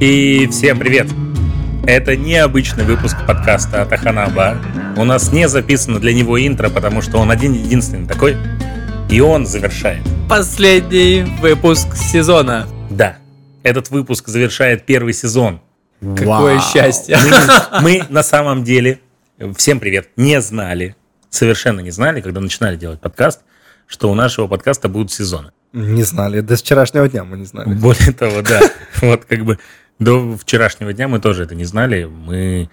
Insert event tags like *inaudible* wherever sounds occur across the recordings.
И всем привет! Это необычный выпуск подкаста от Аханаба. У нас не записано для него интро, потому что он один-единственный такой. И он завершает. Последний выпуск сезона. Да, этот выпуск завершает первый сезон. Какое Вау. счастье. Мы, *laughs* мы на самом деле, всем привет, не знали, совершенно не знали, когда начинали делать подкаст, что у нашего подкаста будут сезоны. Не знали. До вчерашнего дня мы не знали. Более того, *laughs* да, вот как бы до вчерашнего дня мы тоже это не знали. Мы,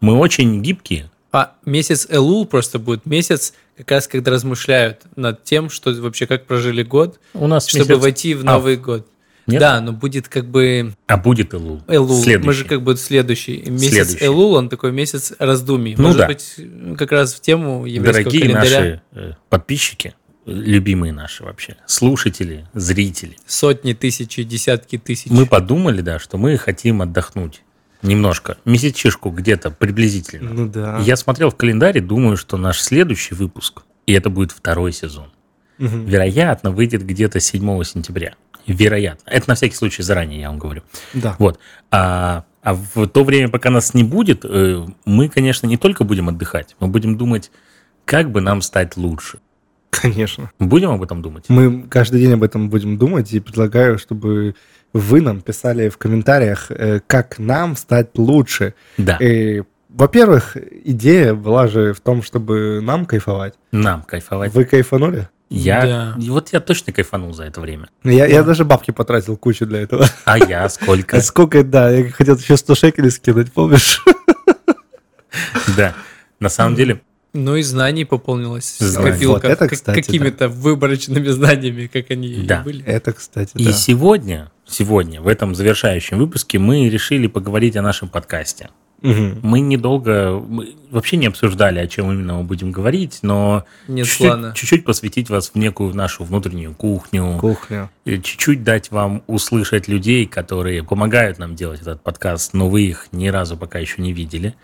мы очень гибкие. А месяц Элул просто будет месяц, как раз когда размышляют над тем, что вообще как прожили год, У нас чтобы месяц- войти в А, Новый год. Нет? Да, но будет как бы А будет Элул. Элул. Следующий. Мы же как бы следующий. И Месяц Следующий. Элул, он такой месяц раздумий. Ну Может да. быть, как раз в тему еврейского Дорогие календаря. наши э, подписчики, э, любимые наши вообще, слушатели, зрители, Сотни тысяч и десятки тысяч. мы подумали, да, что мы хотим отдохнуть немножко, месячишку где-то приблизительно. Ну да. Я смотрел в календарь и думаю, что наш следующий выпуск, и это будет второй сезон, Мгм. вероятно, выйдет где-то 7 сентября. Вероятно. Это на всякий случай заранее я вам говорю. Да. Вот. А, а в то время, пока нас не будет, э, мы, конечно, не только будем отдыхать, мы будем думать, как бы нам стать лучше. Конечно. Будем об этом думать? Мы каждый день об этом будем думать и предлагаю, чтобы вы нам писали в комментариях, э, как нам стать лучше. Да, И, во-первых, идея была же в том, чтобы нам кайфовать. нам кайфовать. Вы кайфанули? Ну, Я, Да. и Вот я точно кайфанул за это время. Я, я даже бабки потратил кучу для этого. А я *laughs* сколько? *laughs* А сколько, да, я хотел еще 100 шекелей скинуть, помнишь? Да. На самом деле, Ну и знаний пополнилось. Знаний. Копилка. Вот это, Как- кстати, да. Какими-то выборочными *laughs* знаниями, как они и Да. были. Это, кстати, и да. сегодня, сегодня, в этом завершающем выпуске, мы решили поговорить о нашем подкасте. Мгм. Мы недолго, мы вообще не обсуждали, о чем именно мы будем говорить, но Нет чуть-чуть- плана. чуть-чуть посвятить вас в некую нашу внутреннюю кухню, Кухня. э, чуть-чуть дать вам услышать людей, которые помогают нам делать этот подкаст, но вы их ни разу пока еще не видели.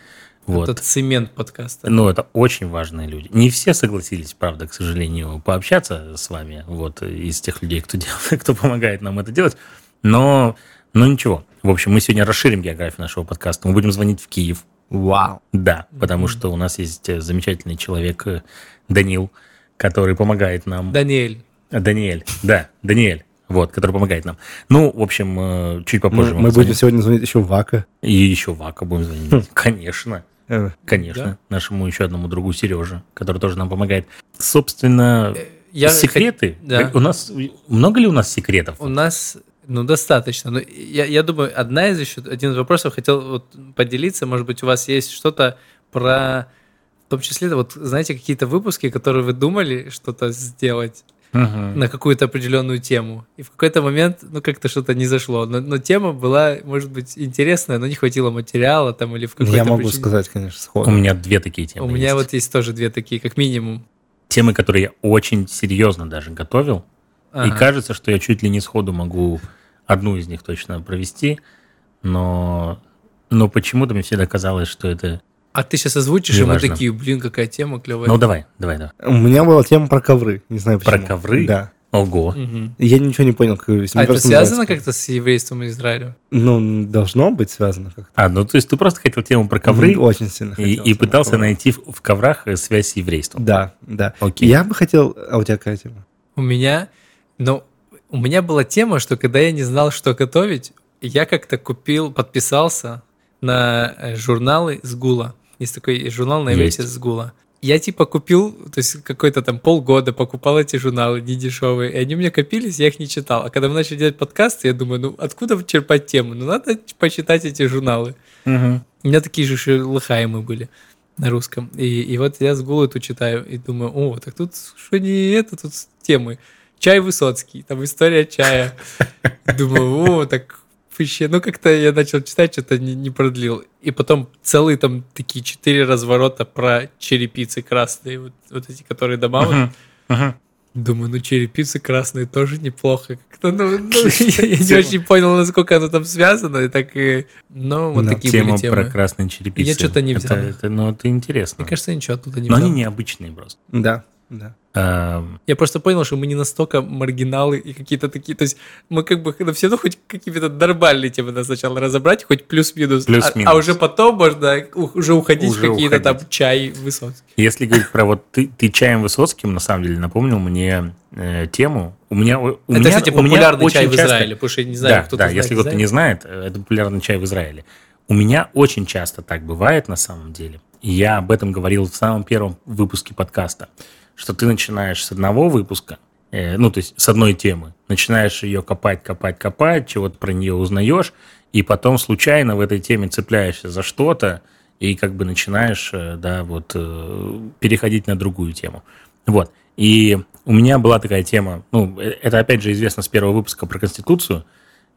Вот. Это цемент подкаста. Ну, это очень важные люди. Не все согласились, правда, к сожалению, пообщаться с вами, вот, из тех людей, кто, делает, *laughs* кто помогает нам это делать, но, но ничего. В общем, мы сегодня расширим географию нашего подкаста. Мы будем звонить в Киев, Вау. да, потому Мгм. что у нас есть э, замечательный человек э, Данил, который помогает нам. Даниэль. А, Даниэль, да, Даниэль. Вот, который помогает нам. Ну, в общем, э, чуть попозже Мы, вам мы будем Хм. звоним. сегодня звонить еще в Вака. И еще Вака будем звонить. Конечно. Э, Конечно, Да. нашему еще одному другу Сереже, который тоже нам помогает. Собственно, Я секреты. хот- да. У нас много ли у нас секретов? У нас, ну, достаточно. Но я, я думаю, одна из еще, один из вопросов хотел вот поделиться. Может быть, у вас есть что-то про... В том числе, вот, знаете, какие-то выпуски, которые вы думали что-то сделать Мгм. на какую-то определенную тему. И в какой-то момент, ну, как-то что-то не зашло. Но, но тема была, может быть, интересная, но не хватило материала там или в ну, какой-то Я могу причине. сказать, конечно, У сходу. меня две такие темы. У меня есть. вот есть тоже две такие, как минимум. темы, которые я очень серьезно даже готовил, и Ага. кажется, что я чуть ли не сходу могу одну из них точно провести, но но почему-то мне всегда казалось, что это. А ты сейчас озвучишь, и мы Неважно. такие, блин, какая тема клевая. Ну давай, давай, давай. У меня была тема про ковры. Не знаю Про почему. ковры? Да. Ого. Мгм. Я ничего не понял, как ее А это связано как-то с еврейством и Израилем? Ну, должно быть связано как-то. А ну то есть ты просто хотел тему про ковры Мгм, Очень сильно и, хотелось и именно пытался ковры. найти в, в коврах э, связь с еврейством. Да, да. Окей. Я бы хотел... А у тебя какая тема? У меня, ну, у меня была тема, что когда я не знал, что готовить, я как-то купил, подписался на э, журналы с Гула. Есть такой журнал на Есть. иврите с Гула. Я типа купил, то есть какой-то там полгода покупал эти журналы недешевые, и они у меня копились, я их не читал. А когда мы начали делать подкасты, я думаю, ну откуда черпать тему? Ну надо почитать эти журналы. Мгм. У меня такие же шелыхаемы были на русском. И, и вот я с Гулу эту читаю и думаю, о, так тут что не это, тут темы. Чай Высоцкий, там история чая. *laughs* Думаю, о, так вообще, ну как-то я начал читать, что-то не, не продлил. И потом целые там такие четыре разворота про черепицы красные, вот, вот эти, которые добавлены. Мгм. Мгм. Думаю, ну черепицы красные тоже неплохо. *laughs* Как-то, ну, ну, я, я не очень понял, насколько оно там связано. И так, и... но вот Да. такие Тема были темы. про красные черепицы. Я чё-то не Это- взял. это- ну, это интересно. Мне кажется, я ничего оттуда не Но они взял. необычные просто. Да. Да. Эм, Я просто понял, что мы не настолько маргиналы и какие-то такие. То есть мы как бы на все равно хоть какие-то нормальные темы надо сначала разобрать, хоть плюс-минус. А- Плюс-минус. А, уже потом можно у- уже уходить Уже в какие-то там уходить. чай высоцкий. Если говорить про вот ты, ты чаем Высоцким, на самом деле, напомнил мне э, тему. У меня, у Это, меня, кстати, у меня популярный очень чай в часто- Израиле, потому что я не знаю, да, кто да, если кто-то не знает, э, это популярный чай в Израиле. У меня очень часто так бывает на самом деле. И Я об этом говорил в самом первом выпуске подкаста, что ты начинаешь с одного выпуска, э, ну, то есть с одной темы, начинаешь ее копать, копать, копать, чего-то про нее узнаешь, и потом случайно в этой теме цепляешься за что-то, и как бы начинаешь, э, да, вот э, переходить на другую тему. Вот. И у меня была такая тема, ну, э, это опять же известно с первого выпуска про Конституцию,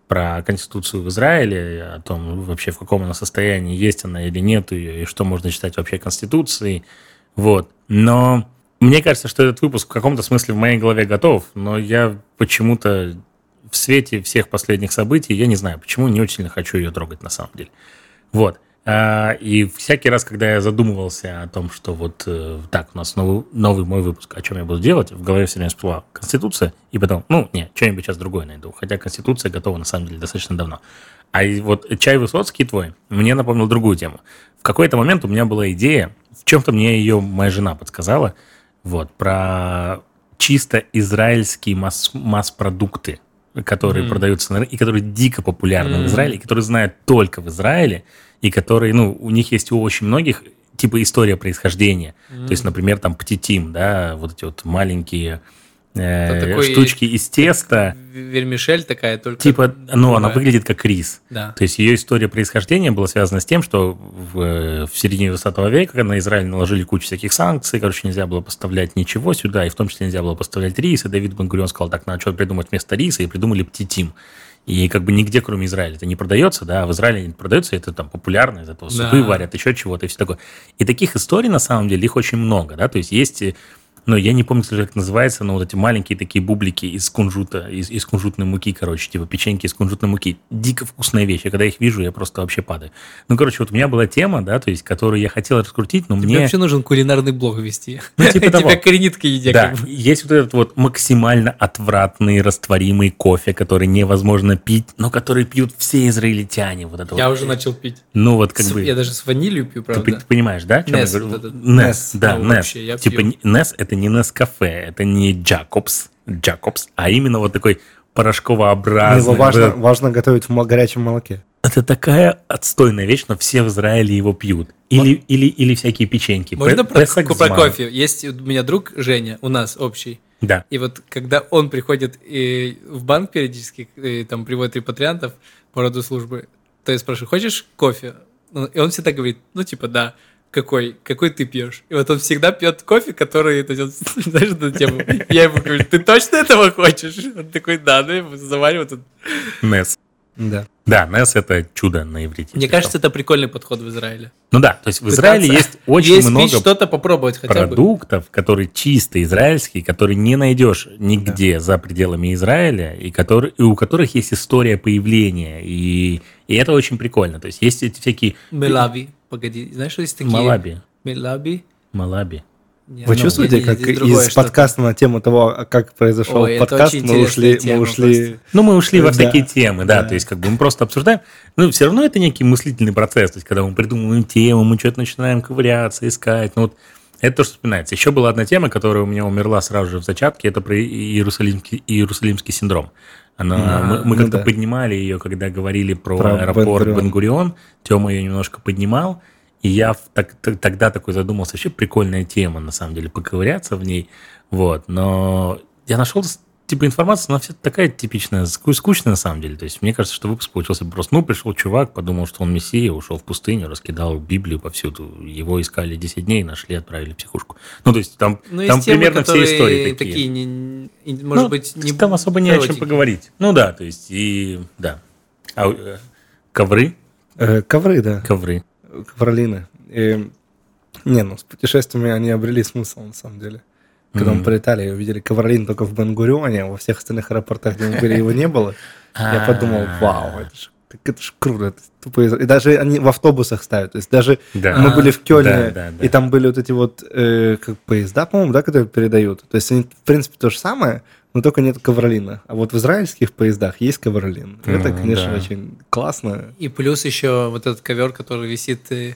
про Конституцию в Израиле, о том вообще в каком она состоянии, есть она или нет ее, и что можно считать вообще Конституцией. Вот. Но мне кажется, что этот выпуск в каком-то смысле в моей голове готов, но я почему-то в свете всех последних событий, я не знаю, почему не очень сильно хочу ее трогать на самом деле. Вот. А, И всякий раз, когда я задумывался о том, что вот э, так, у нас новый, новый мой выпуск, о чем я буду делать, в голове все время всплыла Конституция, и потом, ну, не, что-нибудь сейчас другое найду. Хотя Конституция готова, на самом деле, достаточно давно. А и вот чай Высоцкий твой мне напомнил другую тему. В какой-то момент у меня была идея, в чем-то мне ее моя жена подсказала, вот, про чисто израильские масс- масс-продукты, которые Мгм. продаются на рынке, и которые дико популярны в Мгм. Израиле, и которые знают только в Израиле, и которые, ну, у них есть у очень многих типа история происхождения. То есть, например, там птитим, да, вот эти вот маленькие э, Это такой- штучки из теста, Вермишель такая только. типа, ну, она другая. выглядит как рис. Да. То есть ее история происхождения была связана с тем, что в, э, в середине 20 века на Израиль наложили кучу всяких санкций, короче, нельзя было поставлять ничего сюда, и в том числе нельзя было поставлять рис, и Давид Бангурион сказал, так, надо что-то придумать вместо риса, и придумали птитим. И как бы нигде, кроме Израиля, это не продается, да, а в Израиле не продается, это там популярно, из этого супы Да. варят, еще чего-то и все такое. И таких историй, на самом деле, их очень много, да, то есть есть э, ну, я не помню, кстати, как это называется, но вот эти маленькие такие бублики из кунжута, из, из кунжутной муки, короче, типа печеньки из кунжутной муки. Дико вкусная вещь. Я когда их вижу, я просто вообще падаю. Ну, короче, вот у меня была тема, да, то есть, которую я хотел раскрутить, но Тебе мне... вообще нужен кулинарный блог вести. Ну, *laughs* типа того. Тебя коренит к еде. Да, как бы. есть вот этот вот максимально отвратный растворимый кофе, который невозможно пить, но который пьют все израильтяне. Вот это Я вот. уже начал пить. Ну, вот как С- бы... Я даже с ванилью пью, Ты, правда. пон- понимаешь, да? о чём я Нес, говорю? вот этот. Нес, да, Ну, Нес. вообще, я типа пью. не- Нес это не Нес кафе, это не Джакобс, Джакобс, а именно вот такой Его А Ну, порошковообразный. важно, вот этот- важно готовить в мо- горячем молоке. Это такая отстойная вещь, но все в Израиле его пьют. Или, или, или всякие печеньки. Можно Пе- про, Песок про Зман. кофе? Есть у меня друг Женя, у нас общий. Да. И вот когда он приходит э, в банк периодически, э, там приводит репатриантов по роду службы, то я спрашиваю, хочешь кофе? Ну, И он всегда говорит, ну типа да, какой, какой ты пьешь? И вот он всегда пьет кофе, который, то есть, он, *laughs* знаешь, эту тему. Я ему говорю, ты точно этого хочешь? Он такой, да, ну я завариваю. тут». Нес. Да. Да, Нес это чудо на иврите. Мне если кажется, это прикольный подход в Израиле. что. Ну да, то есть в Пытаться Израиле есть очень есть много что-то попробовать хотя бы. продуктов, которые чисто израильские, которые не найдешь нигде за пределами Израиля, и, которые, и у которых есть история появления. И, и это очень прикольно. То есть есть эти всякие Мелаби, погоди, знаешь, что есть такие? малаби. Мелаби. Малаби. Не, Вы ну, чувствуете, не, не, как здесь другое из что-то. подкаста на тему того, а как произошел Ой, это подкаст, очень мы интересная ушли, тема мы ушли. просто. Ну, мы ушли во Да. всякие темы, да, Да. то есть как бы мы просто обсуждаем, но все равно это некий мыслительный процесс, то есть когда мы придумываем тему, мы что-то начинаем ковыряться, искать, ну вот это то, что вспоминается. Еще была одна тема, которая у меня умерла сразу же в зачатке, это про иерусалимский, иерусалимский синдром. Она, А, мы мы ну как-то да. поднимали ее, когда говорили про, Про аэропорт Бен-Гурион. Бен-Гурион, Тема ее немножко поднимал, и я в- так- т- тогда такой задумался, вообще прикольная тема, на самом деле, поковыряться в ней, вот, но я нашел типа информация, она вся такая типичная, ску- скучная на самом деле. То есть мне кажется, что выпуск получился просто, ну, пришел чувак, подумал, что он мессия, ушел в пустыню, раскидал Библию повсюду, его искали 10 дней, нашли, отправили в психушку. Ну, то есть там, Ну, там есть темы, примерно все которые истории такие. не- не- и, может Ну, быть, не там особо не о чем коротенькие. поговорить. Ну да, то есть и да. А, э, ковры, Э, Ковры, да. ковры. Ковролины. И, не, ну, с путешествиями они обрели смысл, на самом деле. Когда Мгм. мы прилетали и увидели ковролин *laughs* а А. только в Бангурионе, во всех остальных аэропортах, где мы были, его не было. Я подумал, вау, это же Так это ж круто. это тупо из- И даже они в автобусах ставят. То есть даже Да. мы были в Кёльне, Да, да, да. и там были вот эти вот э, как поезда, по-моему, да, которые передают. То есть они, в принципе, то же самое, но только нет ковролина. А вот в израильских поездах есть ковролин. И это, Ну, конечно, да. очень классно. И плюс еще вот этот ковер, который висит э,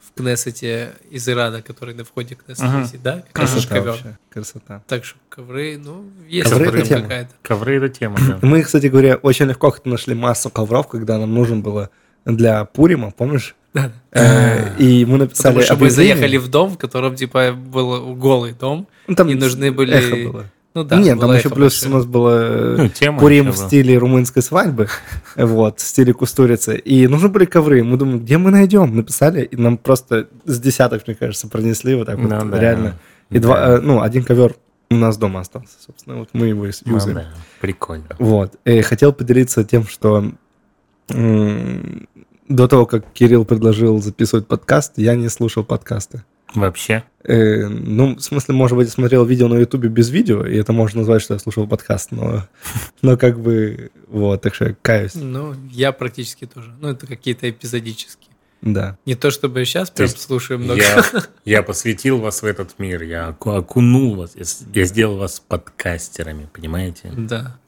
в Кнессете из Ирана, который на входе Кнессета Мгм. висит, да? Как раз Красота ковер. вообще. Красота. Так что ковры, ну, есть Ковры ковры это тема. какая-то. Ковры это тема, *clears throat* да. Мы, кстати говоря, очень легко как-то нашли массу ковров, когда нам нужен было для Пурима, помнишь? Да. Э, И мы написали Потому что мы объявление. заехали в дом, в котором, типа, был голый дом. Ну, там и нужны были- эхо было. Ну да. Нет, там была еще эхо плюс большая. у нас было Ну, тема Пурим в еще была. стиле румынской свадьбы, *laughs* вот, в стиле кустурицы. И нужны были ковры. Мы думаем, где мы найдем? Написали, и нам просто с десяток, мне кажется, пронесли вот так вот, Ну да. реально. И Да. два, э, ну, один ковер у нас дома остался, собственно, вот мы его и Ну юзаем. да, Прикольно. Вот. И хотел поделиться тем, что м, до того, как Кирилл предложил записывать подкаст, я не слушал подкасты. Вообще. Э, ну, в смысле, может быть, я смотрел видео на Ютубе без видео, и это можно назвать, что я слушал подкаст, но, *laughs* но как бы, вот, так что я каюсь, Ну, я практически тоже. Ну, это какие-то эпизодические. да. Не то чтобы я сейчас прям есть слушаю много. *laughs* Я, я посвятил вас в этот мир, я оку- окунул вас, я, с- я сделал вас подкастерами, понимаете? Да.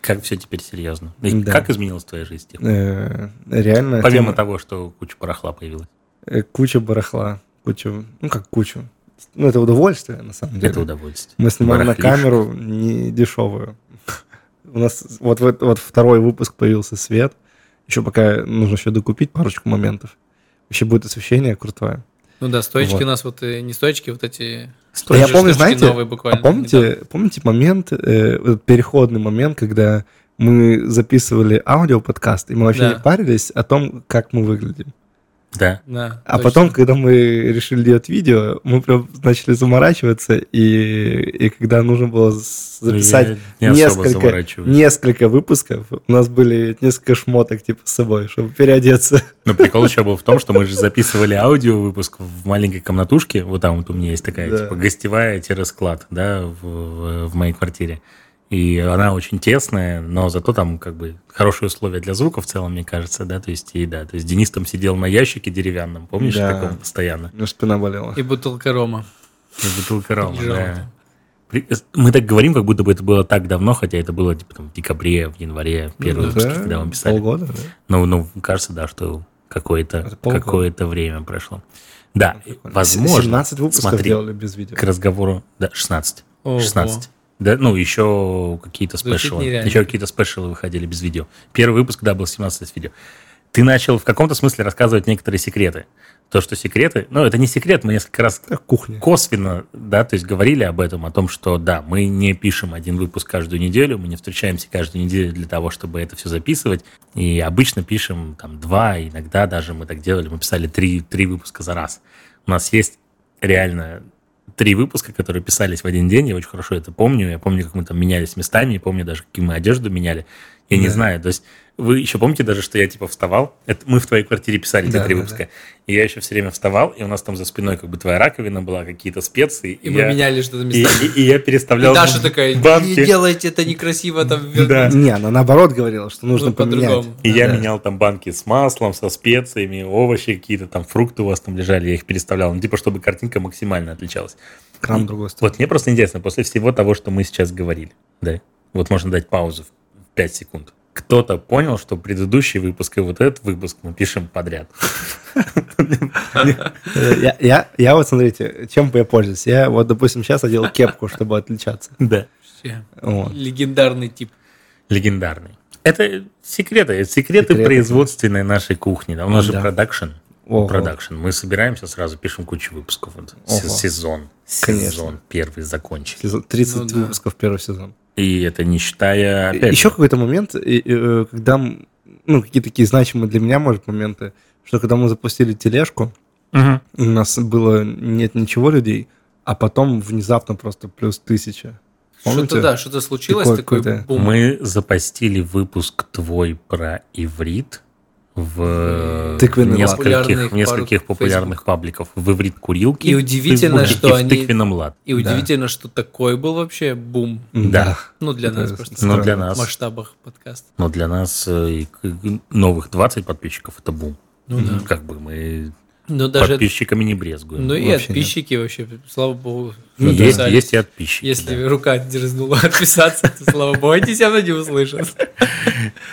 Как все теперь серьезно. И Да. Как изменилась твоя жизнь? с тех пор? Э, реально, Помимо тема- того, что куча барахла появилась. э, куча барахла, куча, ну, как куча. Ну, это удовольствие, на самом деле. Это удовольствие. Мы снимаем на Барахлишь. камеру не дешевую. У нас вот, вот, вот второй выпуск появился свет. Еще пока нужно еще докупить парочку моментов. Вообще будет освещение крутое. Ну да, стоечки Вот. у нас вот э, не стоечки, вот эти Стой, я же помню, штучки знаете, новые буквально. а помните, помните момент, э, вот этот переходный момент, когда мы записывали аудиоподкаст, и мы вообще Да. не парились о том, как мы выглядим. Да. Да, А точно. потом, когда мы решили делать видео, мы прям начали заморачиваться, и, и когда нужно было с- записать Я не особо несколько, заморачиваюсь. несколько выпусков. У нас были несколько шмоток типа с собой, чтобы переодеться. Но прикол еще был в том, что мы же записывали аудиовыпуск в маленькой комнатушке. Вот там вот у меня есть такая, Да. типа, гостевая-склад, да, в, в- в моей квартире. И она очень тесная, но зато там как бы хорошие условия для звука в целом, мне кажется, да, то есть, и да, то есть Денис там сидел на ящике деревянном, помнишь, Да. таком постоянно, У меня спина болела. И бутылка рома. из бутылка рома, Лежал да. там. При- Мы так говорим, как будто бы это было так давно, хотя это было типа там в декабре, в январе, в первые Ну выпуски, да, когда мы писали. Полгода, да? Ну, ну, кажется, да, что какое-то Это полгода. Ну, какое время прошло. Да, Прикольно. возможно. 17 выпусков смотри, делали без видео. к разговору, да, 16. Ого. 16. Да, ну, еще какие-то Звучит спешилы. нереально. Еще какие-то спешилы выходили без видео. Первый выпуск, да, был 17 с видео. Ты начал в каком-то смысле рассказывать некоторые секреты. То, что секреты... Ну, это не секрет, мы несколько раз Как кухня. косвенно, да, то есть говорили об этом, о том, что да, мы не пишем один выпуск каждую неделю, мы не встречаемся каждую неделю для того, чтобы это все записывать, и обычно пишем там два, иногда даже мы так делали, мы писали три, три выпуска за раз. У нас есть реально три выпуска, которые писались в один день, я очень хорошо это помню, я помню, как мы там менялись местами, я помню даже, какие мы одежду меняли, я не Да. знаю, то есть вы еще помните даже, что я типа вставал, это мы в твоей квартире писали эти Да, три да, выпуска, и я еще все время вставал, и у нас там за спиной как бы твоя раковина была, какие-то специи. И мы я, меняли что-то и, местами. и- и я И переставлял Даша такая, не банки. делайте это некрасиво, там Да. Не, она наоборот говорила, что нужно ну, поменять. по-другому. И я Да. менял там банки с маслом, со специями, овощи какие-то, там фрукты у вас там лежали, я их переставлял. Ну, типа, чтобы картинка максимально отличалась. Кран другой стороны. Вот мне просто интересно, после всего того, что мы сейчас говорили, да, вот можно дать паузу в 5 секунд. Кто-то понял, что предыдущий выпуск и вот этот выпуск мы пишем подряд. Э, Я, я, я вот, смотрите, чем бы я пользуюсь. Я вот, допустим, сейчас одел кепку, чтобы отличаться. Да. Вообще, Вот. Легендарный тип. Легендарный. Это секреты, это секреты Секреты, производственной нашей кухни. Да? У нас же Да. продакшн. Ого. Продакшн. Мы собираемся сразу, пишем кучу выпусков. Вот се- Ого. сезон. Конечно. Сезон первый закончили. Сезон- 30 Ну да. выпусков первый сезон. И это не считая... опять Еще же, какой-то момент, и- и, э, когда, м, ну, какие-то такие значимые для меня, может, моменты, что когда мы запустили тележку, Мгм. у нас было нет ничего людей, а потом внезапно просто плюс тысяча. Помните? Что-то да, что-то случилось, Такой такой какой-то- бум. мы запостили выпуск твой про иврит. в э, Тыквенный лад. нескольких, Популярных в нескольких пар- популярных пабликов в иврит курилки. И удивительно, в Фейсбуке что и в они- тыквенном лад. И Да. удивительно, что такой был вообще бум. Да. Ну, для Это нас просто. Но странно. для В нас, масштабах подкаста. но для нас э, и к- к- новых 20 подписчиков это бум. Ну да. Как бы мы Но даже... подписчиками не брезгуем. Ну и вообще нет. подписчики вообще, слава богу. Ну, что есть, отписались. есть и отписчики. Если да. рука дерзнула *laughs* отписаться, то, слава богу, они все равно не услышат.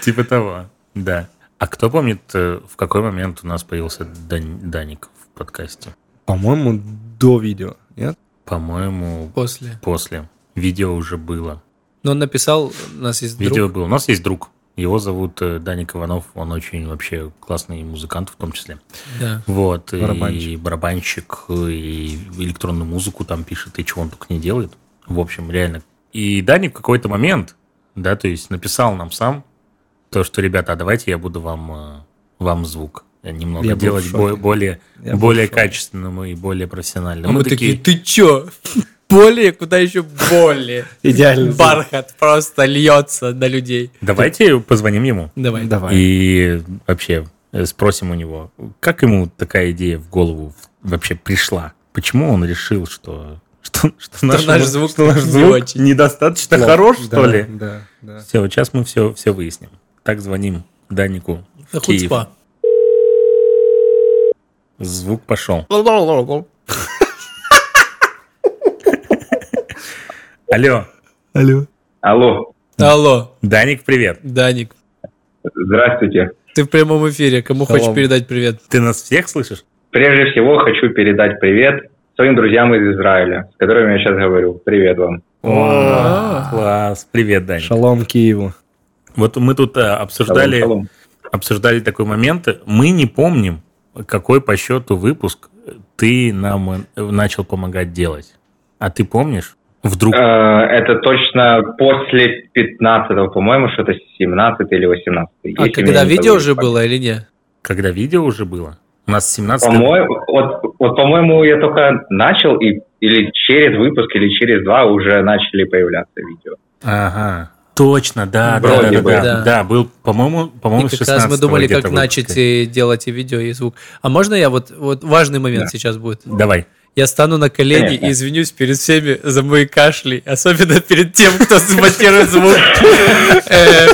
Типа того, да. А кто помнит, э, в какой момент у нас появился Дань- Даник в подкасте? По-моему, до видео, нет? По-моему, После. после. Видео уже было. Но он написал, у нас есть Видео друг. было. У нас есть друг. Его зовут э, Даник Иванов. Он очень вообще классный музыкант в том числе. Да. Вот. И Барабанщик. барабанщик, и электронную музыку там пишет, и чего он только не делает. В общем, реально. И Даник в какой-то момент, да, то есть написал нам сам то, что, ребята, а давайте я буду вам, э, вам звук немного Я был в делать шоке. бо- более, Я был более в шоке. Ну, качественным и более профессиональным. А мы такие, ты чё? Более? Куда еще более? Идеально. Бархат просто льется на людей. давайте позвоним ему. Давай. Давай. И вообще э, спросим у него, как ему такая идея в голову в- вообще пришла? Почему он решил, что, *laughs* что, что, наш, наш мо- звук что наш не звук очень. недостаточно Плохо. хорош, что Да, ли? Да, да. Все, вот сейчас мы все, все выясним. Так звоним Данику. в Да Киев. хуцпа. Звук пошел. Алло, Алло. Алло, Алло, Даник, привет. Даник. здравствуйте. Ты в прямом эфире. Кому Алло. хочешь передать привет? Ты нас всех слышишь? Прежде всего хочу передать привет своим друзьям из Израиля, с которыми я сейчас говорю. Привет вам. О, класс. Привет, Даник. Шалом Киеву. Вот мы тут э, обсуждали... Шалом, шалом. обсуждали такой момент. Мы не помним, какой по счету выпуск ты нам э, начал помогать делать. А ты помнишь? Вдруг. Э, Это точно после 15 по-моему, что-то 17 или 18 А когда видео уже было или не? Когда видео уже было? У нас 17 По-моему, вот, вот, по-моему, я только начал, и, или через выпуск, или через два уже начали появляться видео. Ага. Точно, да, да, да, Вроде да, бы. да, Да. да, был, по-моему, по-моему, И как раз мы 16 думали, где-то как выпуска. начать и делать и видео, и звук. А можно я вот, вот важный момент Да. сейчас будет? Давай. Я стану на колени Конечно. и извинюсь перед всеми за мои кашли, особенно перед тем, кто смонтирует звук. Э,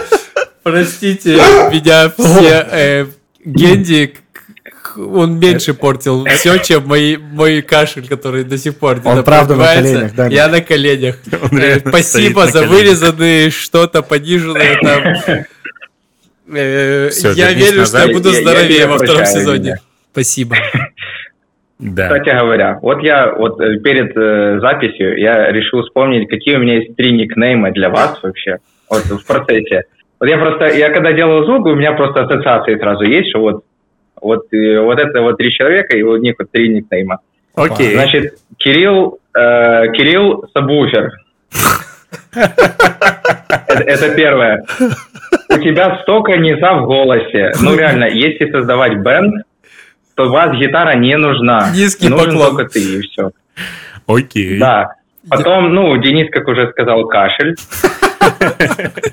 Простите меня все. э, Генди, к- к- он меньше портил все, чем мои, мой кашель, который до сих пор не Он правда на допивается. коленях, да, Я на коленях. Он Э, реально Спасибо стоит на за коленях. вырезанные что-то пониженное там. Э, Всё, Я вернись верю, что я назад. буду Я- я здоровее тебя во втором прощаю, сезоне. меня. Спасибо. Да. Кстати говоря, вот я вот э, перед э, записью я решил вспомнить, какие у меня есть три никнейма для вас вообще вот, в процессе. Вот я просто, я когда делал звук, у меня просто ассоциации сразу есть, что вот, вот, э, вот это вот три человека, и у них вот три никнейма. Окей. Значит, Кирилл, э, Кирилл Сабвуфер. Это это первое. У тебя столько низа в голосе. Ну реально, если создавать бенд, то у вас гитара не нужна. Низкий Нужен поклон. только ты и все. Окей. Да. Потом, ну, Денис, как уже сказал, кашель.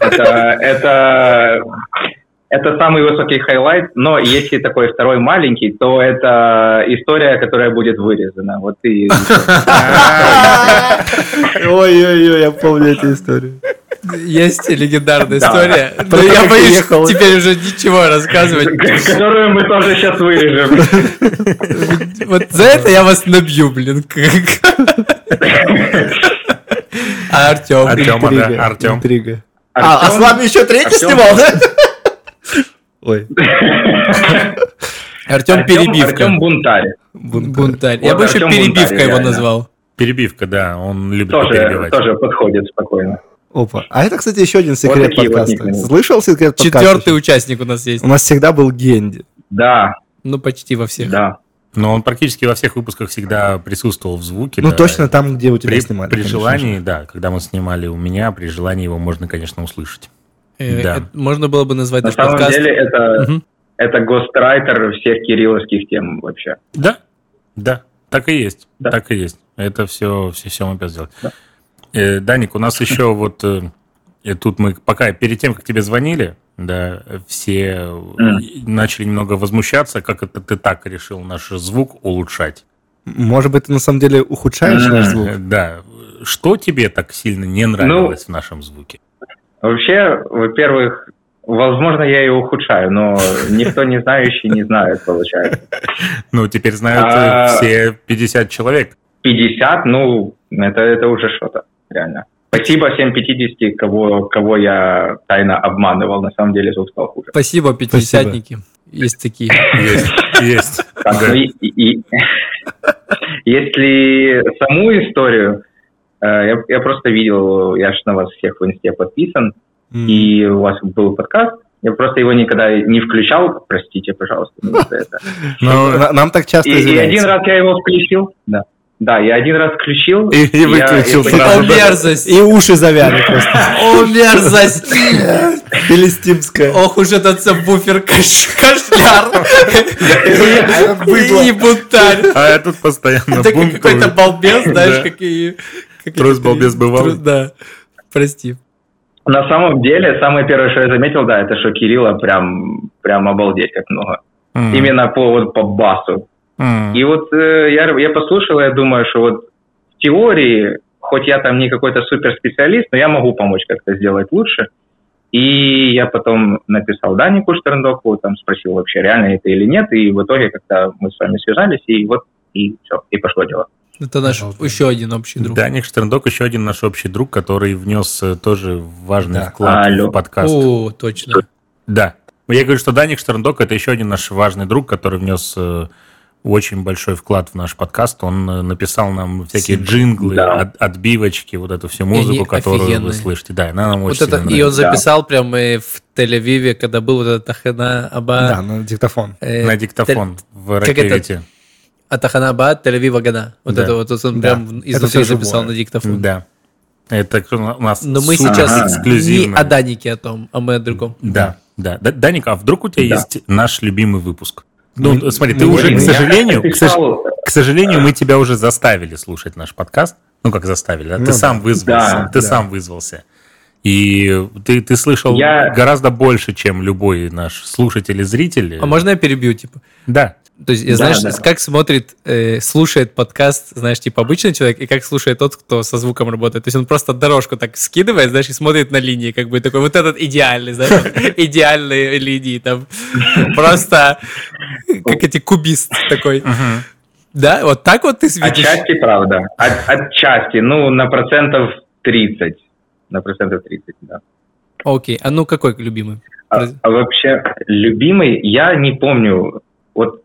Это, это, это самый высокий хайлайт, но если такой второй маленький, то это история, которая будет вырезана. Вот и Ой-ой-ой, я помню *laughs* эту историю. Есть легендарная Да. история. Но Про я как боюсь ехал. теперь уже ничего рассказывать. э, которую мы тоже сейчас вырежем. *laughs* Вот за это я вас набью, блин. *laughs* А Артем? Артема, Интрига, да, Артем. Интрига. А, Артём- еще третий Артём- снимал, да? Ой, Артем Артём- перебивка. Артём Бунтарь. бунтарь. Бунтарь. Я Вот бы еще Артём Бунтарь, перебивка его реально. назвал. Перебивка, да, он любит Тоже, перебивать. тоже подходит спокойно. Опа. А это, кстати, еще один секрет такие вот подкаста. никнеймы. Слышал секрет подкаста? Четвертый участник у нас есть. У нас всегда был Генди. Да, Ну, почти во всех. да. Но он практически во всех выпусках всегда присутствовал в звуке. Ну, да. точно там, где у тебя При, снимали. при конечно желании, же. да, когда мы снимали у меня, при желании его можно, конечно, услышать. Э, Да. это Можно было бы назвать На наш самом подкаст. деле это, Мгм. это гострайтер всех кирилловских тем вообще. Да, да, так и есть, Да. так и есть. Это все, все, все мы опять сделали. Да. *laughs* Э, Даник, у нас еще вот э, и тут мы пока перед тем, как тебе звонили, да, все э, Мгм. и- начали немного возмущаться, как это ты так решил наш звук улучшать. Может быть, ты на самом деле ухудшаешь Мгм. наш звук? Э, Да, что тебе так сильно не Ну, нравилось в нашем звуке? Вообще, во-первых, возможно, я ее ухудшаю, но никто не знающий не знает, получается. Ну, теперь знают А. э, все 50 человек. 50, ну, это, это уже что-то, реально. Спасибо всем 50, кого, кого я тайно обманывал. На самом деле звук стал хуже. Спасибо, пятидесятники. Есть такие. *laughs* Есть, есть. Так, ну и- и- *laughs* и- если саму историю, э, я, я просто видел, я же на вас всех в инсте подписан, М. и у вас был подкаст, я просто его никогда не включал, простите, пожалуйста, меня *laughs* за это. Ну, На- Нам так часто И, и один извиняются. раз я его включил, да, да, я один раз включил, и, и Я- выключил О, я сразу. да. мерзость! И уши завяли просто. О, мерзость! *laughs* Филистимская. Ох уж этот сабвуфер кош- кошляр! И бунтарь! А я тут постоянно Это как бунтую. какой-то балбес, знаешь, Да. как и... как Трус этот- балбес бывал. трус, Да. Прости. На самом деле, самое первое, что я заметил, да, это что Кирилла прям, прям обалдеть как много. М, Именно по, вот, по басу. м. И вот э, я, я послушал, я думаю, что вот в теории, хоть я там не какой-то суперспециалист, но я могу помочь как-то сделать лучше. И я потом написал Данику Штерндоку, там спросил вообще, реально это или нет. И в итоге как-то мы с вами связались, и вот и все, и пошло дело. Это наш Обалденно. еще один общий друг. Даник Штерндок еще один наш общий друг, который внес э, тоже важный Да. вклад Алло. в подкаст. О, точно. Да. Я говорю, что Даник Штерндок это еще один наш важный друг, который внес э, очень большой вклад в наш подкаст. Он э, написал нам всякие Синг. джинглы, Да. от- отбивочки, вот эту всю они музыку, которую офигенные. вы слышите. Да, она нам Вот очень это, сильно и он нравится. записал прям э, в Тель-Авиве, когда был вот этот Ахана Да, Аба. на диктофон. э, На диктофон в как это? Ракете. Атахана Аба, Тель-Авив Агана. Вот Да. это вот он Да. прям в- Это изнутри всё живое. записал на диктофон. Да. Это у нас Но мы супер сейчас не эксклюзивно. о Данике о том, а мы о другом. Да, да. Да, Даник, а вдруг у тебя Да. есть наш любимый выпуск? Ну, Ну, смотри, ты ну, уже, Блин, к я сожалению, к, сож- написал- к сожалению, мы тебя уже заставили слушать наш подкаст. Ну, как заставили, да? Ну Ты да. сам вызвался. Да, ты да. сам вызвался. И ты, ты слышал Я- гораздо больше, чем любой наш слушатель и зритель. А можно я перебью, типа? Да. То есть, я, Да, знаешь, да. как смотрит, э, слушает подкаст, знаешь, типа обычный человек, и как слушает тот, кто со звуком работает. То есть он просто дорожку так скидывает, знаешь, и смотрит на линии, как бы такой, вот этот идеальный, знаешь, вот идеальные линии там. Просто как эти кубист такой. Да, вот так вот ты видишь. Отчасти, правда. От- отчасти, ну, на процентов 30. На процентов 30, да. Окей, а ну какой любимый? А, а вообще, любимый, я не помню, вот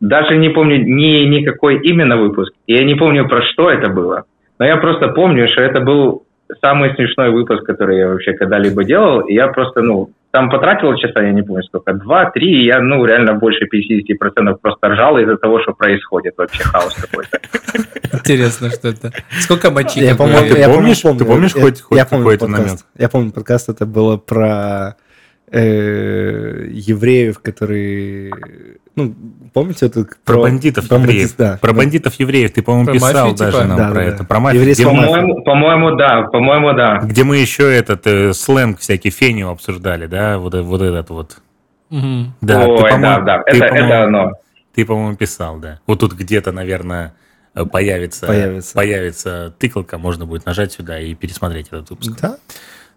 даже не помню ни, никакой именно выпуск, и я не помню, про что это было, но я просто помню, что это был самый смешной выпуск, который я вообще когда-либо делал, и я просто, ну, там потратил часа, я не помню сколько, два-три, и я, ну, реально больше 50% просто ржал из-за того, что происходит вообще хаос какой-то. Интересно, что это. Сколько мочи? Я, как бы, по-моему, Ты я помнишь- помню, ты помню. помнишь Я- хоть- я хоть помню какой-то подкаст. намёк? Я помню подкаст, это было про э, евреев, которые... Ну, помните это? Про бандитов про евреев. бандит- да. Про Да. бандитов евреев ты, по-моему, Про писал мафию, типа? даже нам Да, про да, это. да. Про мафию. Еврейского Где мы- мафия. По-моему, по-моему, да, по-моему, да. Где мы еще этот э, сленг всякий феню обсуждали, да, вот, э- вот этот вот. Мгм. Да, ты, Ой, да, по-моему, да, ты, это, по-моему, это оно. Ты, по-моему, писал, да. Вот тут где-то, наверное, э, появится, Появится. появится тыкалка, можно будет нажать сюда и пересмотреть этот выпуск. Да?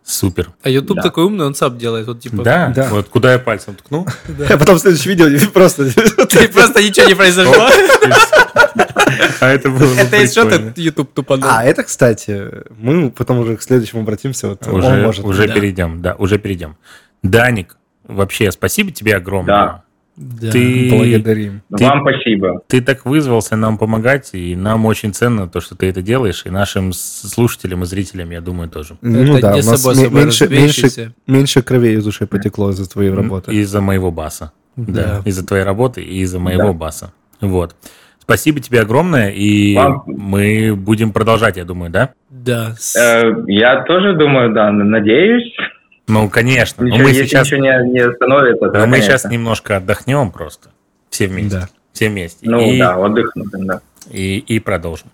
Супер. А YouTube Да. такой умный, он сам делает. Вот типа. *laughs* Да, Да. вот куда я пальцем ткну. *laughs* А потом следующее видео и *laughs* просто... Ты просто ничего не произошло. А это было бы Это из прикольно. что-то YouTube тупанул. А, это, кстати, мы потом уже к следующему обратимся. Вот он Уже, может. уже да. перейдем, да, уже перейдем. Даник, вообще спасибо тебе огромное. Да. Да. Ты- Благодарим. Ты- Вам спасибо. Ты так вызвался нам помогать, и нам очень ценно то, что ты это делаешь, и нашим с- слушателям и зрителям, я думаю, тоже. ну да, не у нас само ме- собой меньше, меньше, разумеющееся. меньше крови из ушей потекло из-за твоей работы. Из-за моего баса. Да. Да. Из-за твоей работы и из-за моего Да. баса. Вот. Спасибо тебе огромное, и Вам- мы будем продолжать, я думаю, да? Да. С- Э, я тоже думаю, да, надеюсь. Ну, конечно. Но Ничего, мы если сейчас, ничего не, не остановится, то но мы конечно. сейчас немножко отдохнем просто. Все вместе. Да. Все вместе. Ну и, да, отдохнуть, да. и, и продолжим.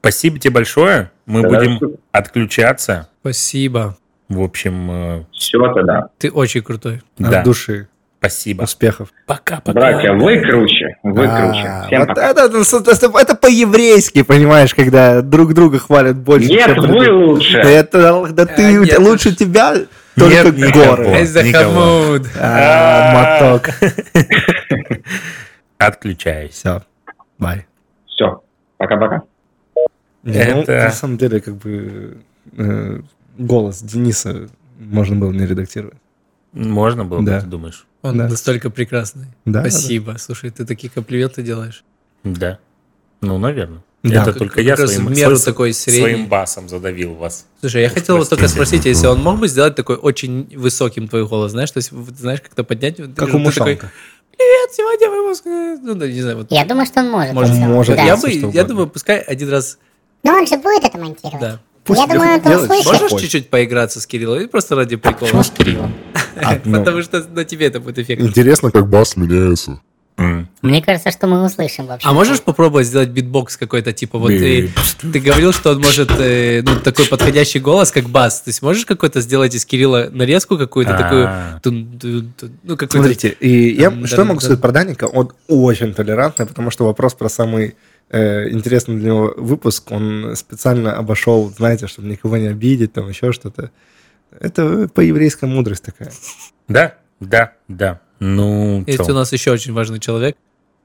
Спасибо тебе большое. Мы Да, будем супер. отключаться. Спасибо. В общем, э, Все тогда. Ты очень крутой. да, От души. спасибо. Успехов. Пока-пока. Братья, вы круче, вы круче. А, Всем вот пока. это, это- это- это по-еврейски, понимаешь, когда друг друга хвалят больше, Нет, чем вы друг- лучше. Да это, да ты, нет. лучше тебя только никого. горы. Э, Эза никого. Хамуд. А, А. Моток. Отключаюсь. Все. Бай. Все. Пока-пока. Не, ну, Это- на самом деле, как бы э, голос Дениса можно было не редактировать. Можно было Да. бы, ты думаешь? Он Да. настолько прекрасный. Да, Спасибо. Слушай, ты такие комплименты делаешь. Да. Ну, наверное. Да. Это Как- только как я раз своим, в меру своим- такой своим средний. басом задавил вас. Слушай, я Ух, хотел вот только простите. спросить, а если он мог бы сделать такой очень высоким твой голос, знаешь, то есть, вот, знаешь, как-то поднять. вот ты Как же- у ты такой, мышонка. Привет, сегодня выпуск. э, Ну, да, не знаю, вот. Я думаю, что он может. Может, на самом деле, может, да. я, всё, бы, что я угодно. думаю, пускай один раз, Но он же будет это монтировать. да. Я думаю, это делает, услышит. Можешь такой. чуть-чуть поиграться с Кириллом? И просто ради прикола. Почему с Кириллом? А, ну, Потому что на тебе это будет эффектно. Интересно, как бас меняется. М. Мне кажется, что мы услышим вообще. А можешь попробовать сделать битбокс какой-то, типа вот э, ты говорил, что он может э, ну, такой подходящий голос, как бас. То есть можешь какой-то сделать из Кирилла нарезку какую-то А. такую, тун- тун- тун, ну какую-то Смотрите, и я, Там, что да, я могу да. сказать про Даника? Он очень толерантный, потому что вопрос про самый э, интересный для него выпуск, он специально обошел, знаете, чтобы никого не обидеть, там еще что-то. Это по-еврейской мудрость такая. Да, да, да. Ну, Есть чё, у нас еще очень важный человек.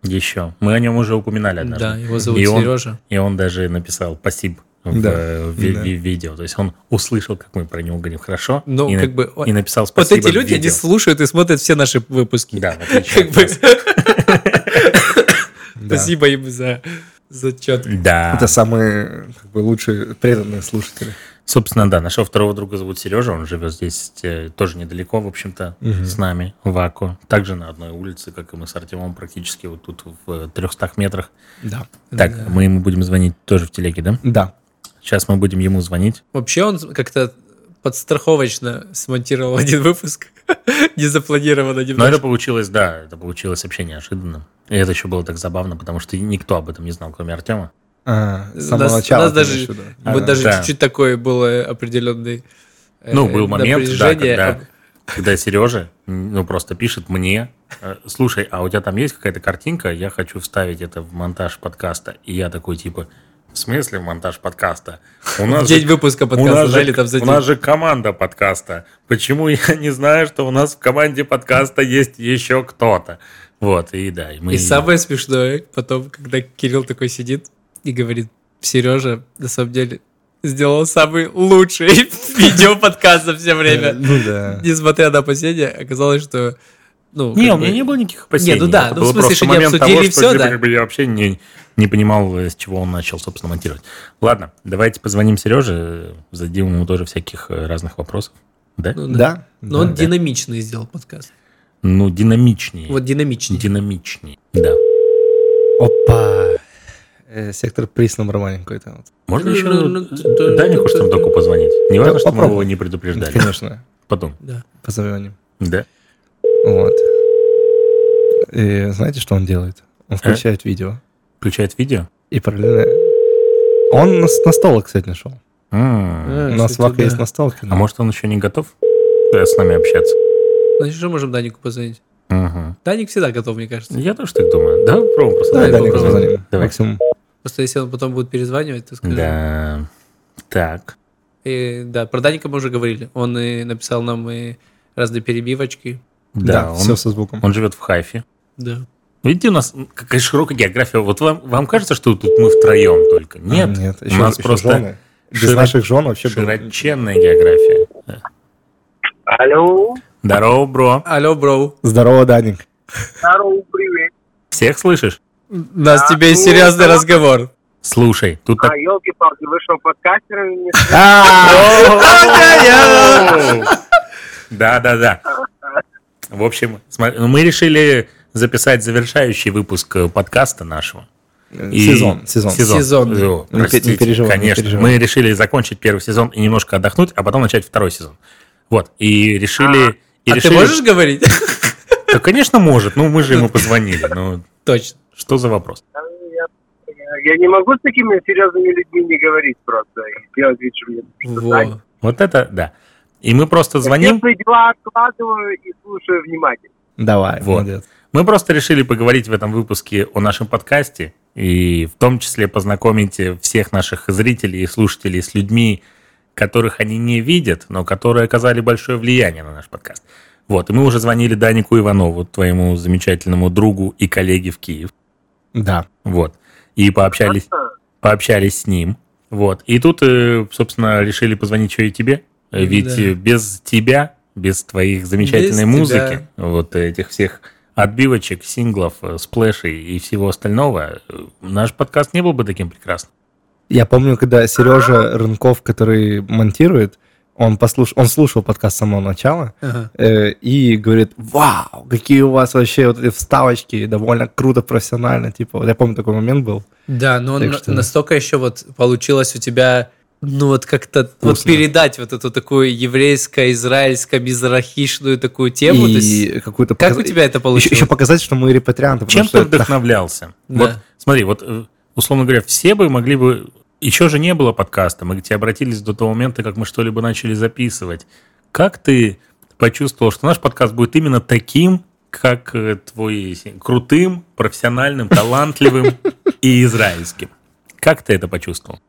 еще. Мы о нем уже упоминали однажды. Да, его зовут И он- Сережа. И он даже написал спасибо в, Да. э, ви- Да. ви- видео. То есть он услышал, как мы про него говорим хорошо, Ну, и, на- как бы, и написал Вот спасибо эти в люди, они видео. слушают и смотрят все наши выпуски. Да, в отличие от *laughs* Как бы, нас. Да. спасибо им за зачет. Да. Это самые как бы, лучшие преданные слушатели. Собственно, да, нашего второго друга зовут Сережа, он живет здесь э, тоже недалеко, в общем-то, Мгм. с нами, в Аку. Также на одной улице, как и мы с Артемом, практически вот тут в э, 300 метрах. Да. Так, Да. мы ему будем звонить тоже в телеге, да? Да. Сейчас мы будем ему звонить. Вообще он как-то подстраховочно смонтировал один выпуск. *laughs* Не запланировано Но Ну, это немножко. получилось, да, это получилось вообще неожиданно. И это еще было так забавно, потому что никто об этом не знал, кроме Артема. А, с самого Нас- начала. нас ты даже- имеешь в виду. А, Мы Да. даже Э, да. чуть-чуть такое было определенный э, Ну, был момент, да, когда, когда Сережа, ну, просто пишет мне, э, слушай, а у тебя там есть какая-то картинка, я хочу вставить это в монтаж подкаста. И я такой, типа, в смысле в монтаж подкаста? У нас День же, выпуска у нас подкаста, да, же- или там за у день. нас же команда подкаста. Почему я не знаю, что у нас в команде подкаста есть еще кто-то? Вот, и да. И, мы, И самое смешное, потом, когда Кирилл такой сидит и говорит, Сережа, на самом деле, сделал самый лучший *laughs* видеоподкаст за все Э, время. Ну да. Несмотря на опасения, оказалось, что... Ну, Не, как у меня бы- не было никаких опасений. Не, ну да, Это ну было в смысле, просто что не момент обсудили того, и что, всё, типа, да. как бы я вообще не, не понимал, э, с чего он начал, собственно, монтировать. Ладно, давайте позвоним Сереже, зададим ему тоже всяких э, разных вопросов. Да? Ну, да. Да. Но да. он динамичный сделал подкаст. Ну, динамичнее. Вот динамичный. Динамичнее, да. Опа. Э, Сектор приз номер маленький какой-то. вот. Можно Ну, еще ну, ну, да, Данику Штамдаку позвонить? Не важно, Да, что мы попробуй. его не предупреждали. Конечно. Потом. Да. Позовем. Да? Вот. И знаете, что он делает? А? Он включает видео. Включает видео? И параллельно... Он на, на столок, кстати, нашел. М. А, У нас кстати, вака да. есть на столке. А может, он еще не готов э, с нами общаться? Значит, что можем Данику позвонить? Мгм. Daник всегда готов, мне кажется. Я тоже так думаю. Да, пробуем просто. Давай, Давай Даник, попробуем. позвоним. Давай. Максимум. Просто если он потом будет перезванивать, то скажи. Да. Так. И, да, про Даника мы уже говорили. Он и написал нам и разные перебивочки. Да, он- все со звуком. он живет в Хайфе. Да. Видите, у нас какая широкая география. Вот вам, вам кажется, что тут мы втроем только? Нет. Нет, у нас просто жены. Без широ- наших жен вообще было- широченная география. Да. Алло, Здорово, бро. Алло, бро. Здорово, Даник. здорово, привет. Всех слышишь? У нас тебе есть серьезный разговор. Слушай, тут так... А, елки-палки, вы что, подкастерами не Да, да, да. В общем, смотри, ну, мы решили записать завершающий выпуск э, подкаста нашего. И- Сезон, сезон. Ну, Сезон. Сезонный. О, Не пе- не простите, переживай, не конечно. переживай. Мы решили закончить первый сезон и немножко отдохнуть, а потом начать второй сезон. Вот. И решили... и а решили- ты можешь говорить? *laughs* Да, конечно, может. Ну, мы же ему позвонили. Ну, Точно. что за вопрос? Я, я не могу с такими серьезными людьми не говорить просто и делать вид, что мне Во. Вот это да. И мы просто звоним. Я дела откладываю и слушаю внимательно. Давай, Вот. молодец. Мы просто решили поговорить в этом выпуске о нашем подкасте и в том числе познакомить всех наших зрителей и слушателей с людьми, которых они не видят, но которые оказали большое влияние на наш подкаст. Вот, и мы уже звонили Данику Иванову, твоему замечательному другу и коллеге в Киев. Да. Вот, и пообщались, Просто пообщались с ним. Вот, и тут, э, собственно, решили позвонить еще и тебе, Э, ведь Да. э, без тебя, без твоих замечательной Без тебя. музыки, вот этих всех отбивочек, синглов, э, сплэшей и всего остального, э, наш подкаст не был бы таким прекрасным. Я помню, когда Сережа Рынков, который монтирует, он, послуш... он слушал подкаст с самого начала, Ага. э, и говорит, вау, какие у вас вообще вот эти вставочки, довольно круто, профессионально, типа, вот я помню, такой момент был. Да, но Так на- что- настолько еще вот получилось у тебя, ну вот как-то вот Вкусно. передать вот эту такую еврейско-израильско-мизрахишную такую тему. то есть и какую-то... как показ- у тебя это Еще, получилось? еще показать, что мы репатрианты. потому Чем что ты это- *laughs* вдохновлялся? Да. Вот смотри, вот, э, условно говоря, все бы могли бы... Еще же не было подкаста, мы к тебе обратились до того момента, как мы что-либо начали записывать. Как ты почувствовал, что наш подкаст будет именно таким, как э, твой си- крутым, профессиональным, талантливым и израильским? Как ты это почувствовал?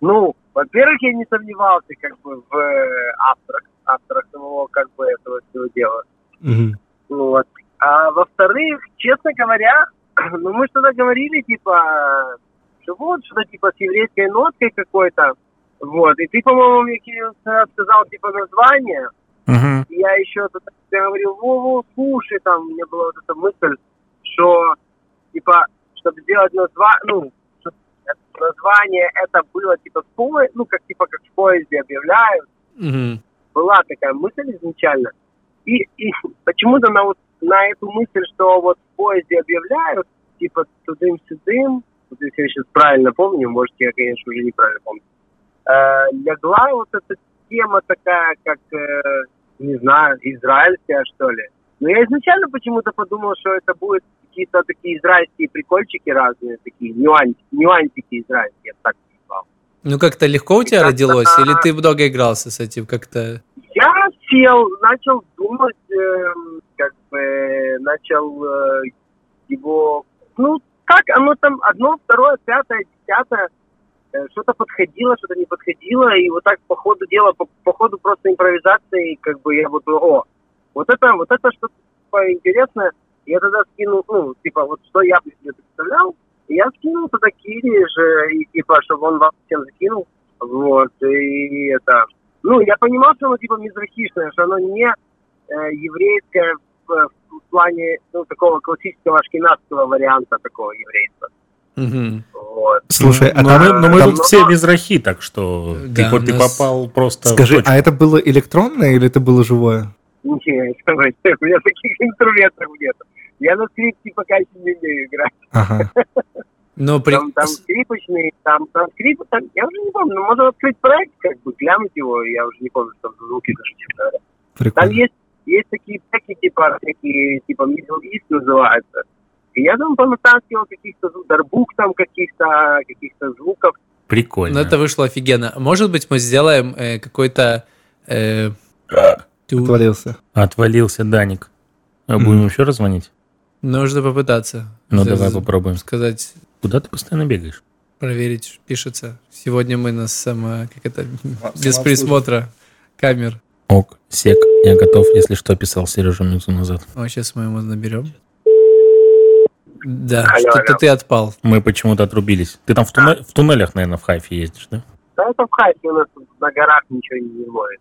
Ну, во-первых, я не сомневался как бы в э, авторах, авторах самого как бы этого всего дела. Мгм. Ну, Вот. А во-вторых, честно говоря, *clears throat* ну мы что-то говорили, типа, что вот, что-то типа с еврейской ноткой какой-то. Вот. И ты, по-моему, мне Кирилл сказал типа название. И я еще тут я говорил, во-во, слушай, там, у меня была вот эта мысль, что, типа, чтобы сделать название, ну, чтоб название это было, типа, в поезде, ну, как, типа, как в поезде объявляют, Мгм. была такая мысль изначально. И, и почему-то на, вот- на эту мысль, что вот в поезде объявляют, типа, тудым-сюдым, вот если я сейчас правильно помню, может, я, конечно, уже неправильно помню, э, легла вот эта тема такая, как, э, не знаю, израильская, что ли. Но я изначально почему-то подумал, что это будут какие-то такие израильские прикольчики разные, такие нюанс, нюансики израильские, я бы так назвал. Ну как-то легко у тебя Как-то- родилось, или ты много игрался с этим как-то? Я сел, начал думать, эм, как бы начал э, его, ну, как оно там, одно, второе, пятое, десятое, э, что-то подходило, что-то не подходило, и вот так по ходу дела, по, по ходу просто импровизации, как бы я вот, о, вот это, вот это что-то типа, интересное, я тогда скинул, ну, типа, вот что я бы себе представлял, и я скинул тогда Кири же, и типа, чтобы он вам всем закинул, вот, и это, ну, я понимал, что оно типа мизрахишное, что оно не э, еврейское в, э, в плане ну, такого классического ашкенадского варианта такого еврейства. Мгм. Вот. Слушай, а но там- мы, но мы там- тут все мизрахи, так что ты, Да, вот ты у нас- попал просто в Скажи, точку. а это было электронное или это было живое? Не, давай, у меня таких инструментов нет. Я на скрипке пока еще не умею играть. Ага. Но при... Там, там скрипочные, там, там скрип, там, я уже не помню, ну, можно открыть проект, как бы, глянуть его, я уже не помню, что там за звуки даже, честно говоря. Там Прикольно. есть, есть такие треки, типа, всякие, типа, Middle East называется. И я там понатаскивал каких-то зву- дарбук там каких-то, каких-то звуков. Прикольно. ну, Но Ну, это вышло офигенно. Может быть, мы сделаем э, какой-то... э, ту- Отвалился. Отвалился Даник. А Будем еще раз звонить? Нужно попытаться. Ну, З- давай з- попробуем. Сказать, Куда ты постоянно бегаешь? проверить, пишется. Сегодня мы на само... Как это? *laughs* Без самообслуживание. присмотра камер. Ок, сек, я готов, если что, писал Сережа минуту назад. О, Ну, сейчас мы его наберем. Да, Алло, что-то алло. ты отпал. Мы почему-то отрубились. Ты там в, туне- в туннелях, наверное, в Хайфе ездишь, да? Да это в хайпе у нас тут на горах ничего не ловит.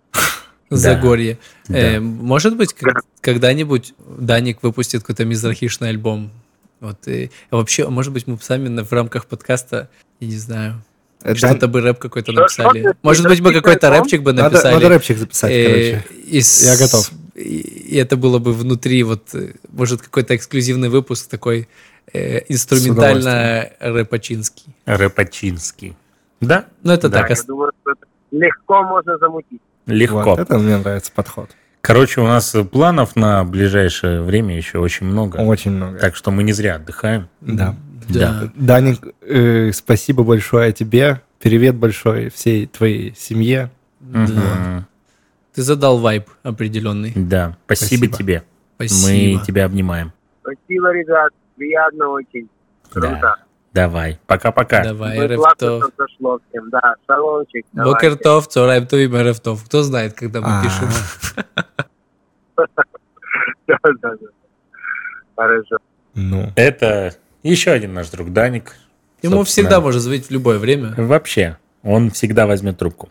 Загорье. Да. Э, может быть, к- когда-нибудь Даник выпустит какой-то мизрахишный альбом. Вот и а вообще, может быть, мы б сами на- в рамках подкаста, я не знаю, Э, что-то бы рэп какой-то Что- что написали. ты- Может быть, мы мизрахишный какой-то альбом? рэпчик бы Надо, надо написали. рэпчик записать, э, короче. и с- Я готов. И, и это было бы внутри, вот, э, может, какой-то эксклюзивный выпуск такой э, инструментально рэпачинский. Рэпачинский. Да? Ну, это Да. так, Я ос- думаю, что это легко можно замутить. Легко. Вот, это мне нравится подход. Короче, у нас планов на ближайшее время еще очень много. Очень много. Так что мы не зря отдыхаем. Да. да. Даник, э, спасибо большое тебе. Привет большой всей твоей семье. Да. Мгм. Ты задал вайб определенный. Да, спасибо, Спасибо. тебе. Спасибо. Мы тебя обнимаем. Спасибо, ребят. Приятно очень. Круто. Да. Давай. Пока-пока. Давай, Ну, классно, РФТО. что зашло всем. Да, салончик. давайте. Бокертов, Цорайптуим, РФТОВ. Кто знает, когда мы А. пишем. *laughs* Да, да, да. Хорошо. Ну, Это еще один наш друг Даник. Ему Собственно. всегда можно звонить в любое время. Вообще, он всегда возьмет трубку.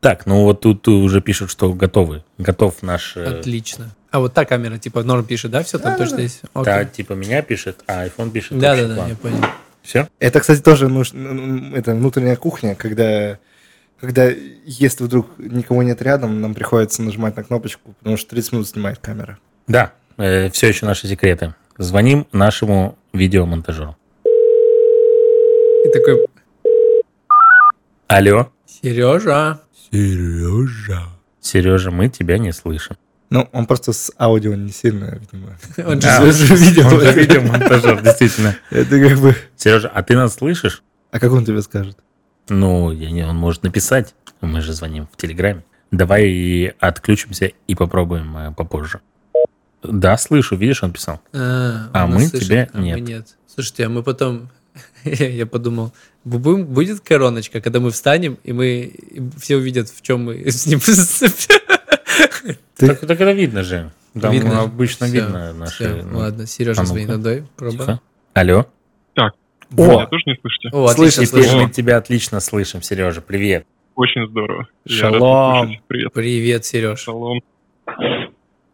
Так, ну вот тут уже пишут, что готовы. Готов наш... э, Отлично. А вот та камера, типа, норм пишет, да? Все там точно есть? та, Окей. типа меня пишет, а iPhone пишет. Да-да-да, я понял. Все? это, кстати, тоже нуж- м, это внутренняя кухня, когда, когда если вдруг никого нет рядом, нам приходится нажимать на кнопочку, потому что 30 минут снимает камера. Да, все еще наши секреты. Звоним нашему видеомонтажеру. И такой, Алло. Сережа, Сережа. Сережа, мы тебя не *laughs* слышим. Ну, он просто с аудио не сильно, *laughs* видимо. *laughs* он Да. же Он же видео. Он же *laughs* видеомонтажер, действительно. Это как бы... Сережа, а ты нас слышишь? А как он тебе скажет? Ну, я не, он может написать. Мы же звоним в Телеграме. Давай и отключимся и попробуем э, попозже. Да, слышу, видишь, он писал. А, А он мы нас слышит, тебе а мы нет. Слушайте, а мы потом... *laughs* Я подумал, бу- бу- будет короночка, когда мы встанем, и мы и все увидят, в чем мы *laughs* с ним Ты- Так, так это видно же. Да, Видно же. обычно Всё, видно Всё, наши... ну, Ладно, Сережа, а ну-ка. звони надой. Проба. тихо. Алло. Вы Во! меня тоже не слышите? О, Слышно, отлично, Теперь слышно. мы тебя отлично слышим, Сережа. Привет. Очень здорово. Я рад Шалом. вас слышать. Привет, Привет, Сереж. Ну, шалом.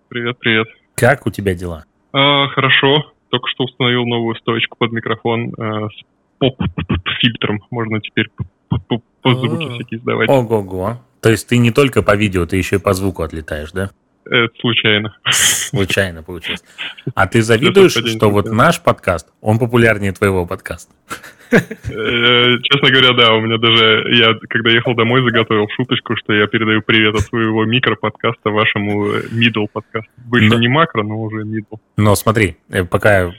Привет, привет. Как у тебя дела? А, хорошо. Только что установил новую стоечку под микрофон а, с поп-фильтром. Можно теперь п- п- п- п- звуки А. всякие издавать. Ого-го. То есть ты не только по видео, ты еще и по звуку отлетаешь, да? Это Э, случайно. Случайно получилось. А ты завидуешь, совпадение что вот случайно. наш подкаст, он популярнее твоего подкаста? Э, Честно говоря, да, у меня даже... Я, когда ехал домой, заготовил шуточку, что я передаю привет от своего микро-подкаста вашему мидл-подкасту. Были Да. не макро, но уже мидл. Но смотри, э, пока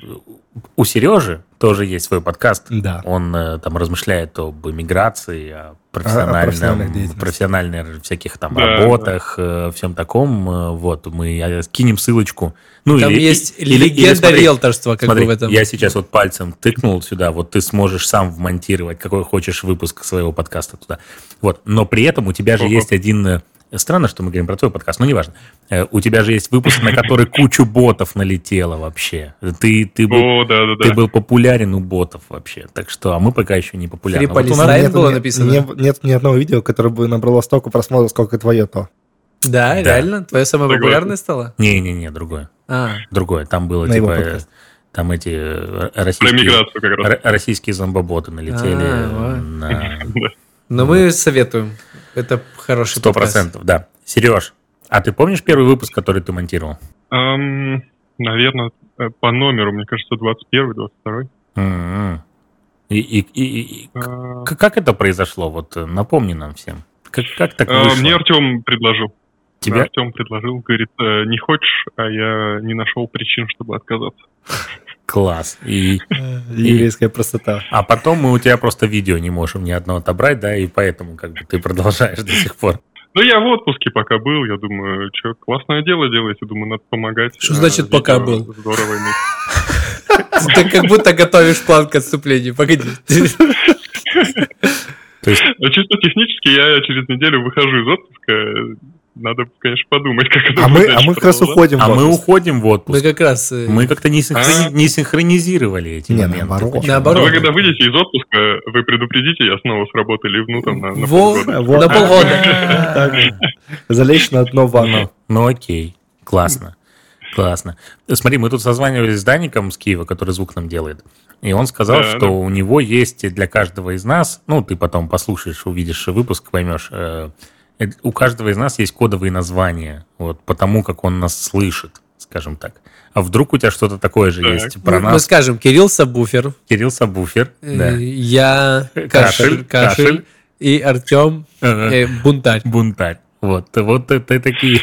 у Сережи тоже есть свой подкаст, Да. он э, там размышляет об эмиграции, о А, о профессиональной профессиональном, деятельности. профессиональных всяких там Да, работах, э, всем таком. Э, Вот, мы э, кинем ссылочку. Ну, Там или- есть или- или легенда смотри, риэлторства, как Смотри, бы в этом. я сейчас вот пальцем тыкнул сюда, вот ты сможешь сам вмонтировать, какой хочешь выпуск своего подкаста туда. Вот, но при этом у тебя же Ого. есть один... э, Странно, что мы говорим про твой подкаст, но неважно. Э, У тебя же есть выпуск, на который кучу ботов налетело вообще. Ты, ты, был, О, ты да-да-да. был популярен у ботов вообще. Так что, а мы пока еще не популярны. Фрипали. Вот у нас- Листаем, нету было ни- написано? не- нет ни одного видео, которое бы набрало столько просмотров, сколько твое то. Да, Да. реально? Твоя самая Согласен. популярная стала? Не-не-не, другое. А, Другое. Там было На его типа... э, подкаст. Там эти э, Про российские, миграцию как раз. р- российские зомбоботы налетели А, э, ва. на но ну мы советуем. Это хороший Ну. Сто подкаст. процентов, да. Сереж, а ты помнишь первый выпуск, который ты монтировал? наверное, э, по номеру, мне кажется, 21 22 М-м. И, и- и- и- к- А, к- как это произошло? Вот э, напомни нам всем. Как, как так а, вышло? Мне Артем предложил. Тебя? Артем предложил, говорит, «Э, не хочешь, а я не нашел причин, чтобы отказаться. Класс. И, Э, Еврейская простота. а потом мы у тебя просто видео не можем ни одно отобрать, да, и поэтому как бы ты продолжаешь до сих пор. Ну, я в отпуске пока был, я думаю, что, классное дело делаете, думаю, надо помогать. Что А, значит «пока видео был»? Здорово иметь. Ты как будто готовишь план к отступлению. Погоди. То есть, А Чисто технически я через неделю выхожу из отпуска, надо, конечно, подумать, как это А мы, будет а дальше мы как раз продолжаться. уходим. а в мы отпуск. уходим в Мы отпуск. как раз... э, Мы как-то не, синхрони- А. не синхронизировали эти Не, моменты. наоборот. Почему? Но Наоборот. А вы когда выйдете из отпуска, вы предупредите, я снова с работы ливну там на, на Во- полгода. Вот. На полгода. Так же. Залечь на дно ванну. Ну, *laughs* ну окей, классно. Классно. Смотри, мы тут созванивались с Даником с Киева, который звук нам делает. И он сказал, Да, что да. у него есть для каждого из нас, ну, ты потом послушаешь, увидишь выпуск, поймешь, э, э, у каждого из нас есть кодовые названия, вот, потому как он нас слышит, скажем так. А вдруг у тебя что-то такое же Так. есть про Мы мы нас? скажем, Кирилл Сабуфер, Кирилл Сабуфер, Ну, э, да. я Кашель, Кашель, Кашель. Кашель и Артем Ага. э, Бунтарь. Бунтарь. Вот, вот это *laughs* такие,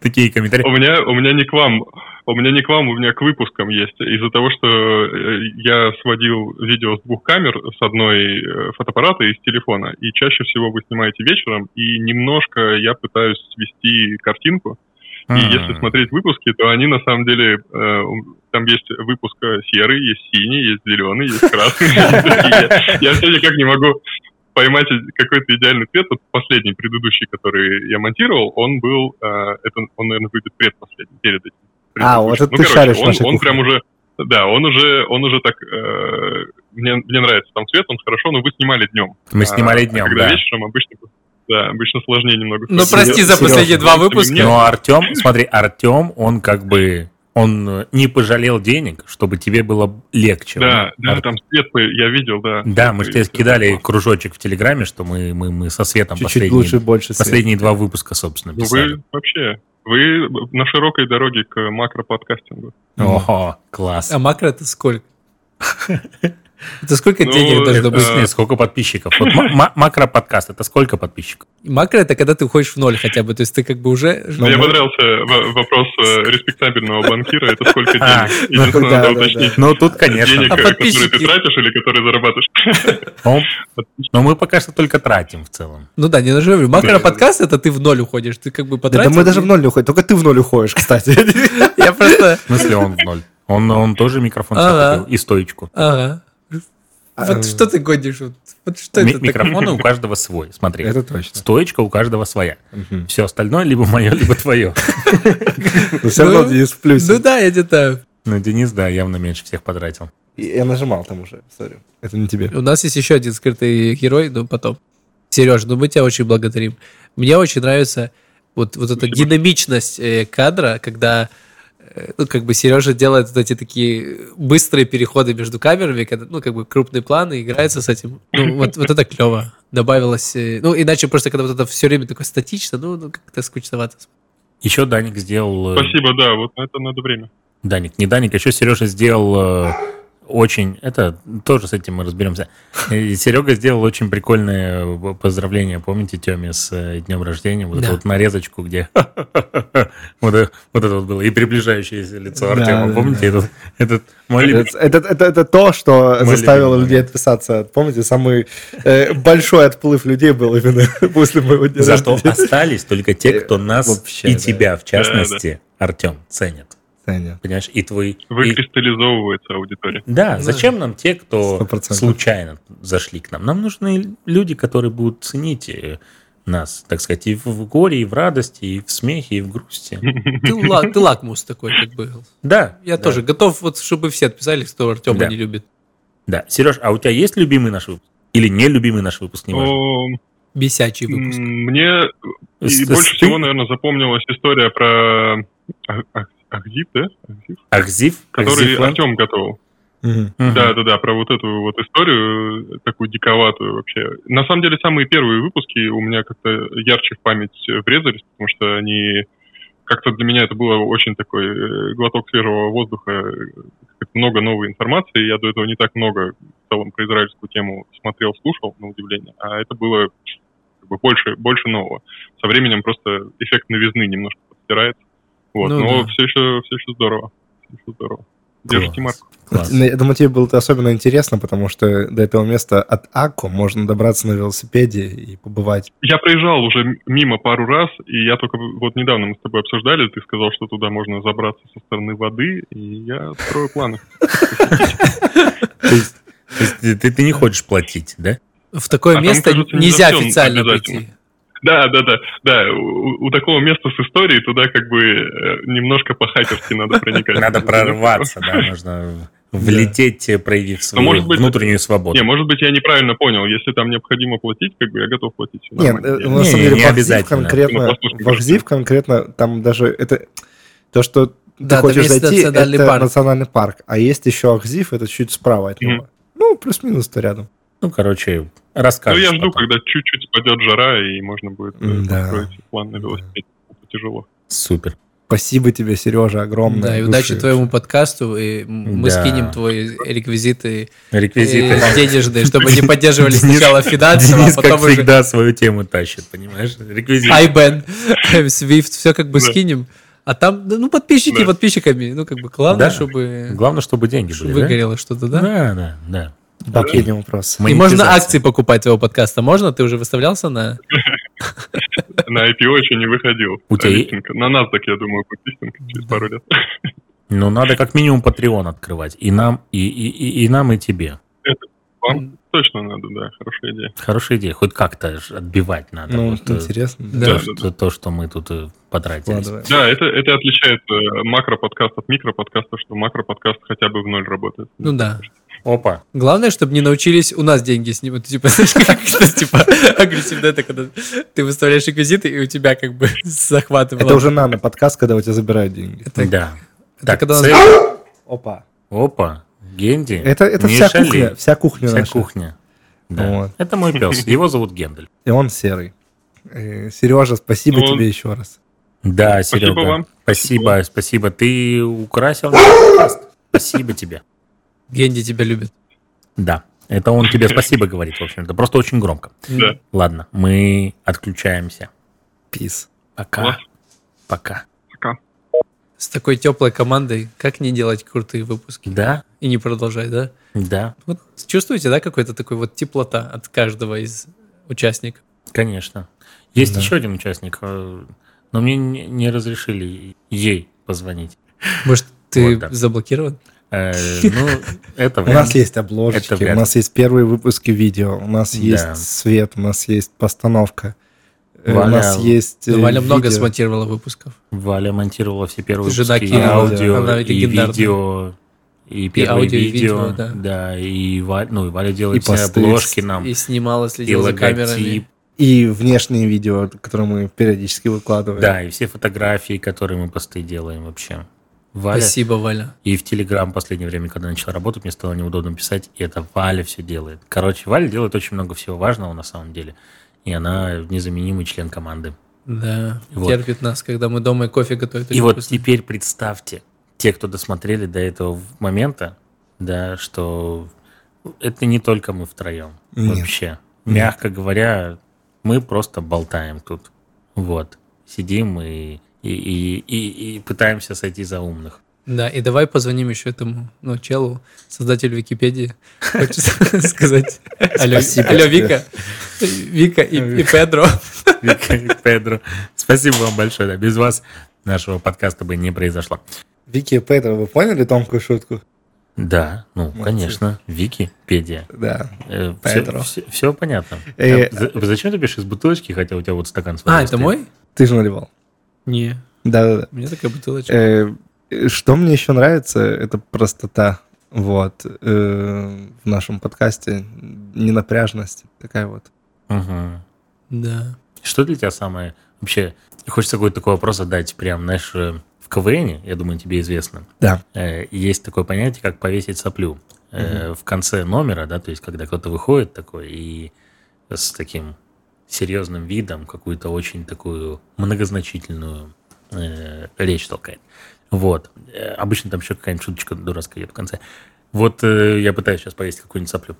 такие комментарии. У меня, у меня не к вам У меня не к вам, у меня к выпускам есть. Из-за того, что э, я сводил видео с двух камер, с одной э, фотоаппарата и с телефона. И чаще всего вы снимаете вечером, и немножко я пытаюсь свести картинку. И если смотреть выпуски, то они на самом деле э, там есть выпуск э, серый, есть синий, есть зеленый, есть красный. *laughs* И Я я все никак не могу поймать какой-то идеальный цвет. Вот последний, предыдущий, который я монтировал, он был, э, это он, наверное, выйдет предпоследний, перед этим. А, вот это Ну, ты короче, шаришь в он- нашей Он кухне. прям уже, да, он уже, он уже так, э, мне мне нравится там цвет, он хорошо, но вы снимали днем. Мы снимали днем, Когда да. вечером обычно, да, обычно сложнее немного. Ну, прости за Серьёзно. последние два выпуска. Нет. Но Артем, Ну, а смотри, Артем, он как бы, он э, не пожалел денег, чтобы тебе было легче. Да, Ну, да, Ар- там свет мы- я видел, да. Да, мы же тебе же кидали кружочек в Телеграме, что мы, мы, мы со Светом Чуть-чуть последние, лучше, больше света. последние два выпуска, собственно, Ну, писали. вы вообще, вы на широкой дороге к макроподкастингу. Ого, класс. А макро это сколько? Это сколько Ну, денег должно В быть? смысле, Э, сколько подписчиков? Вот *laughs* ма- ма- макро-подкаст, это сколько подписчиков? Макро это когда ты уходишь в ноль хотя бы, то есть ты как бы уже... Ну, Мне мы- понравился во- вопрос э, респектабельного банкира, это *laughs* сколько А, денег? Единственное, да, надо да, уточнить. Ну, тут, конечно. Денег, э, Ну, А которые ты подписчики? тратишь или которые *laughs* зарабатываешь. Но, но ну, мы пока что только тратим в целом. Ну да, не наживем. Макро Да. подкаст это ты в ноль уходишь, ты как бы Да, потратил... да мы даже и- в ноль не уходим. Только ты в ноль уходишь, кстати. Я просто... В смысле, он в ноль. Он, он тоже микрофон себе Ага. купил и стоечку. Ага. А, Вот что ты гонишь? вот? Вот что Ми- это такое? микрофоны у каждого свой, смотри. Это точно. Стоечка у каждого своя. Мгм. Все остальное либо мое, либо твое. Но все равно Денис в Ну плюсе. да, я где-то... Но Ну, Денис, да, явно меньше всех потратил. И- Я нажимал там уже, сори. Это не тебе. У нас есть еще один скрытый герой, но потом. Сереж, ну мы тебя очень благодарим. Мне очень нравится вот, вот эта динамичность э, кадра, когда э, ну, как бы Сережа делает вот эти такие быстрые переходы между камерами, когда, ну, как бы крупные планы, играется с этим. Ну, вот, вот это клево. Добавилось. э, Ну, иначе просто, когда вот это все время такое статично, ну, ну, как-то скучновато. Еще Даник сделал... э, Спасибо, да, вот на это надо время. Даник, не Даник, еще Сережа сделал э, очень, это тоже с этим мы разберемся. И Серега сделал очень прикольное э, поздравление, помните, Теме с днем рождения, вот Да. эту вот нарезочку, где *laughs* вот, э- вот это вот было, и приближающееся лицо Да, Артема, да, помните, этот, этот мой любимый- Это, это- это- это то, что Мой заставило любимый людей отписаться. Помните, самый э, большой отплыв людей был именно *laughs* после моего дня Зато рождения. остались только те, кто нас Э, Вообще, и да. тебя, в частности, Артем, ценят. Саня, Понимаешь, и твой... и- Выкристаллизовывается аудитория. Да, Да. зачем нам те, кто Сто процентов. случайно зашли к нам? Нам нужны люди, которые будут ценить э, нас, так сказать, и в- в горе, и в радости, и в смехе, и в грусти. *laughs* Ты, ла- ты лакмус такой, как бы. Да, Я да, тоже готов, вот, чтобы все отписались, кто Артема Да. не любит. Да, Сереж, а у тебя есть любимый наш выпуск? Или нелюбимый наш выпуск? Неважно. О, Бесячий м, выпуск. Мне и С- больше с- всего, наверное, запомнилась история про а- а- Ахзит, да? Ахзит? Акзив? Который Акзив Лэнд? Артем готовил. Мгм. Мгм. Да, да, да, про вот эту вот историю, э, такую диковатую вообще. На самом деле, самые первые выпуски у меня как-то ярче в память э, врезались, потому что они как-то для меня это было очень такой э, глоток свежего воздуха, э, как-то много новой информации. Я до этого не так много в целом про израильскую тему смотрел, слушал, на удивление, а это было как бы, больше, больше нового. Со временем просто эффект новизны немножко подстирается. Вот, Ну но да. все еще, все еще здорово. Все еще здорово. Держите Класс, марку. класс. Ну, Я думаю, тебе было это особенно интересно, потому что до этого места от Аку можно добраться на велосипеде и побывать. Я проезжал уже м- мимо пару раз, и я только вот недавно мы с тобой обсуждали, ты сказал, что туда можно забраться со стороны воды, и я строю планы. То есть- то есть ты- ты ты не хочешь платить, да? В такое А там, место кажется, не нельзя за всё официально обязательно. прийти. Да, да, да, да, у, у такого места с историей туда как бы э, немножко по-хакерски надо проникать. Надо прорваться, да, *laughs* нужно влететь, э, проявив свою Ну, может быть, внутреннюю Не, свободу. может быть, я неправильно понял, если там необходимо платить, как бы я готов платить. всё Нет, нормально. Ну, э, Я- на Не, самом не деле, в Ахзив обязательно. Ну, конкретно, послушай, в Ахзив конкретно, там даже это то, что Да, ты там хочешь есть зайти, национальный это парк. национальный парк. А есть еще Ахзив, это чуть справа от него. Ну, плюс-минус то рядом. Ну, короче, Ну, расскажешь я жду, потом. когда чуть-чуть спадет жара, и можно будет э, М-да. построить план на велосипеде. Это тяжело. Супер. Спасибо тебе, Сережа, огромное. Да, и души. удачи твоему подкасту, и м- мы Ну, Да. скинем твои реквизиты, *laughs* э, Реквизиты. денежные, чтобы они *laughs* поддерживали Денис- сначала финансово, а Денис, как потом уже А всегда, свою тему тащит, понимаешь? Реквизит. *laughs* iBand, э, Swift, все как бы Да. скинем, А там, да, ну, подписчики Да. подписчиками. Ну, как бы, главное, Да. чтобы *laughs* Главное, чтобы деньги были, да? выгорело что-то, да? Да, да, да. Последний вопрос. И Ну, можно а- Монетизация. акции покупать твоего подкаста. Можно? Ты уже выставлялся на... На IPO еще не выходил. У тебя е- Листинг. На нас так, я думаю, будет листинг через пару лет. Ну, надо как минимум Patreon открывать. И нам, и, и, и, и нам, и тебе. Вам точно надо, да, хорошая идея. Хорошая идея. Хоть как-то ж отбивать надо. Ну, вот, э, интересно. то, Да, да, что, то, что мы тут э, потратились. Вкладываем. Да, это, это отличает э, макроподкаст от микроподкаста, что макроподкаст хотя бы в ноль работает. Ну да. Опа. Главное, чтобы не научились у нас деньги снимать. Типа, *laughs* знаешь, как это, типа, агрессивно, это когда ты выставляешь реквизиты, и у тебя как бы *laughs* захватывало. Это уже нано подкаст, когда у тебя забирают деньги. Это- да. это Так, когда у нас- цель- Опа. Опа. Генди. Это, это не вся шали. кухня, вся кухня Вся наша. кухня. Да. Вот. Это мой пес. Его зовут Гендель. И он серый. Э, Сережа, спасибо Ну, тебе еще раз. Да, Спасибо Серега. вам. Спасибо, спасибо. Ты украсил наш подкаст. Спасибо тебе. Генди тебя любит. Да. Это он тебе спасибо говорит, в общем-то. Просто очень громко. Да. Ладно, мы отключаемся. Пис. Пока. Класс. Пока. С такой теплой командой как не делать крутые выпуски? Да, И не продолжать, да? да, Вот чувствуете, да, какой-то такой вот теплота от каждого из участников? конечно. Есть Да. еще один участник, э, но мне не не разрешили ей позвонить. Может, ты Вот, да. заблокирован? *laughs* Э, Ну, это У нас есть обложечки, Это вряд у нас есть первые выпуски видео, у нас Да. есть свет, у нас есть постановка, э, у Валя- нас есть... э, Ну, Валя много видео. смонтировала выпусков. Валя монтировала все первые Жена выпуски, и Кирилла, аудио, она и легендарная. видео, и первые аудио, и видео, видео, да. да, и Валя, ну и Валя делает И все посты. обложки нам, И и, снимала, следила за логотип, камерами. И внешние видео, которые мы периодически выкладываем. да, и все фотографии, которые мы посты делаем вообще. Валя, Спасибо, Валя. И в Телеграм в последнее время, когда начала работать, мне стало неудобно писать, и это Валя все делает. Короче, Валя делает очень много всего важного на самом деле, и она незаменимый член команды. Да, Вот. терпит нас, когда мы дома и кофе готовят. и очень вот вкусно. теперь представьте, те, кто досмотрели до этого в- момента, да, что это не только мы втроем Нет. вообще. Нет. Мягко говоря, мы просто болтаем тут. Вот. Сидим и, и, и, и, и пытаемся сойти за умных. *laughs* Да, и давай позвоним еще этому ну, челу, создателю Википедии. Хочется *laughs* сказать. Алло, Спасибо алло, тебе. Вика. Вика и, и Педро. А, Вика и Педро. Спасибо вам большое. да. Без вас нашего подкаста бы не произошло. Вики и Петр, вы поняли тонкую шутку? Да, ну, Молодцы. конечно, Википедия. Э, Да. Все, Педро. понятно. Э, А за- Зачем ты пьешь из бутылочки, хотя у тебя вот стакан с водой А, это стоит? мой? Ты же наливал. Не. Да-да-да. У меня такая бутылочка. Э, Что мне еще нравится, это простота. Вот. э, В нашем подкасте ненапряжность такая вот. Мгм. Да. Что для тебя самое... Вообще, хочется какой-то такой вопрос задать, прям, знаешь, э, в КВН, я думаю, тебе известно, Да. э, есть такое понятие, как повесить соплю. Э, В конце номера, да, то есть, когда кто-то выходит такой и с таким серьезным видом какую-то очень такую многозначительную э, речь толкает. Вот. Э, Обычно там еще какая-нибудь шуточка дурацкая идет в конце. Вот э, я пытаюсь сейчас повесить какую-нибудь соплю.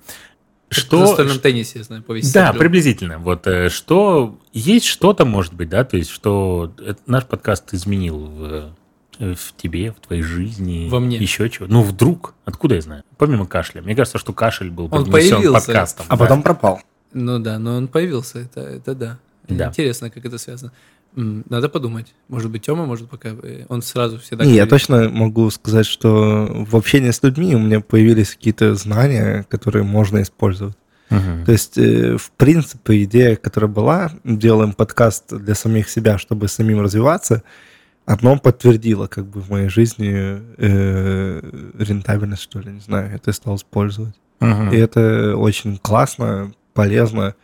В Что, настольном теннисе, я знаю, повесить. да, соплю. приблизительно. Вот э, что есть что-то, может быть, да, то есть что э, наш подкаст изменил в, э, в тебе, в твоей жизни, Во мне. еще чего. Ну вдруг, откуда я знаю? Помимо кашля, мне кажется, что кашель был Он поднесен появился. подкастом. да. А потом пропал. Ну да, но он появился, это, это да. Да. Интересно, как это связано. М, Надо подумать. Может быть, Тёма, может, пока... э, Он сразу всегда... Не, я говорит. точно могу сказать, что в общении с людьми у меня появились какие-то знания, которые можно использовать. Мгм. То есть, э, в принципе, идея, которая была, делаем подкаст для самих себя, чтобы самим развиваться, одно подтвердило как бы в моей жизни э, рентабельность, что ли, не знаю, это я стал использовать. Мгм. И это очень классно, полезно,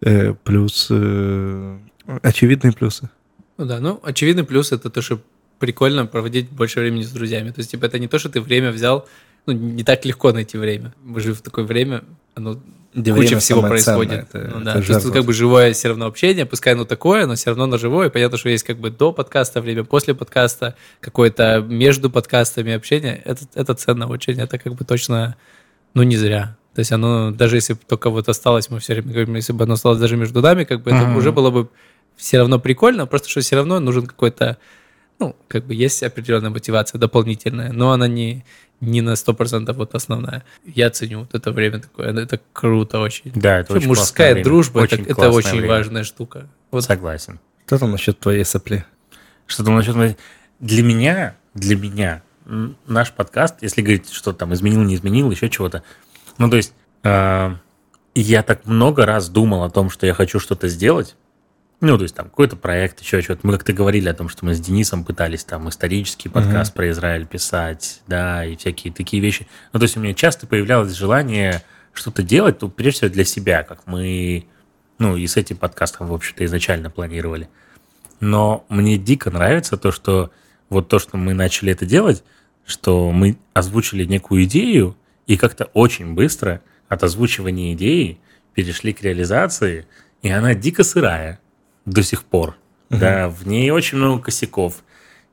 э, плюс э, очевидные плюсы. Ну да, ну, очевидный плюс это то, что прикольно проводить больше времени с друзьями. То есть, типа, это не то, что ты время взял, ну, не так легко найти время. Мы же в такое время, оно куча время всего самое ценное, происходит. это- Ну это да, то есть жертва. тут как бы живое все равно общение, пускай оно такое, но все равно оно живое. И понятно, что есть как бы до подкаста время, после подкаста, какое-то между подкастами общение. Это, это ценно очень, это как бы точно, ну, не зря. То есть оно, даже если бы только вот осталось, мы все время говорим, если бы оно осталось даже между нами, как бы это Мгм. уже было бы все равно прикольно, просто что все равно нужен какой-то ну, как бы есть определенная мотивация дополнительная, но она не, не на 100% вот основная. Я ценю вот это время такое, это- это круто очень. Да, это Вообще, очень классное мужская время. дружба это- это, классное очень время. важная штука. Вот Согласен. Что там насчет твоей сопли? Что там насчет... Для меня, для меня м, наш подкаст, если говорить, что там изменил, не изменил, еще чего-то. Ну, то есть, э, я так много раз думал о том, что я хочу что-то сделать. Ну, то есть, там, какой-то проект, еще что-то. Мы как-то говорили о том, что мы с Денисом пытались там исторический подкаст про Израиль писать, да, и всякие такие вещи. Ну, то есть, у меня часто появлялось желание что-то делать, то прежде всего для себя, как мы, ну, и с этим подкастом, в общем-то, изначально планировали. Но мне дико нравится то, что вот то, что мы начали это делать, что мы озвучили некую идею и как-то очень быстро от озвучивания идеи перешли к реализации, и она дико сырая до сих пор. Да, в ней очень много косяков.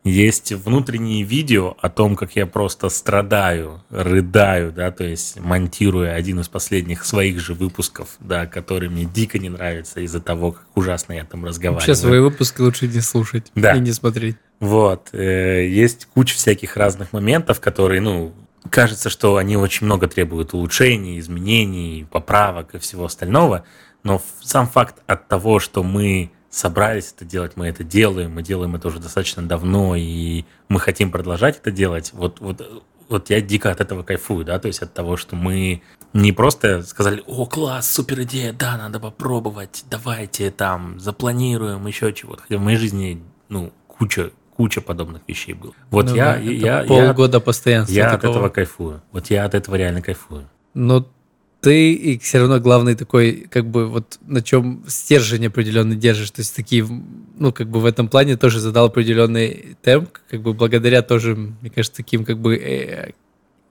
Есть внутренние видео о том, как я просто страдаю, рыдаю, да, то есть монтируя один из последних своих же выпусков, да, который мне дико не нравится из-за того, как ужасно я там разговариваю. вообще свои выпуски лучше не слушать Да. и не смотреть. Вот. э, Есть куча всяких разных моментов, которые, ну, кажется, что они очень много требуют улучшений, изменений, поправок и всего остального. Но ф- сам факт от того, что мы собрались это делать, мы это делаем, мы делаем это уже достаточно давно, и мы хотим продолжать это делать, вот, вот, вот я дико от этого кайфую, да, то есть от того, что мы не просто сказали, о, класс, супер идея, да, надо попробовать, давайте там запланируем еще чего-то. Хотя в моей жизни, ну, куча, куча подобных вещей было. Вот Ну я, да, это я, я- полгода постоянства я от такого. этого кайфую. Вот я от этого реально кайфую. Но ты и все равно главный такой, как бы вот на чем стержень определенно держишь. То есть такие, ну, как бы в этом плане тоже задал определенный темп, как бы благодаря тоже, мне кажется, таким как бы э,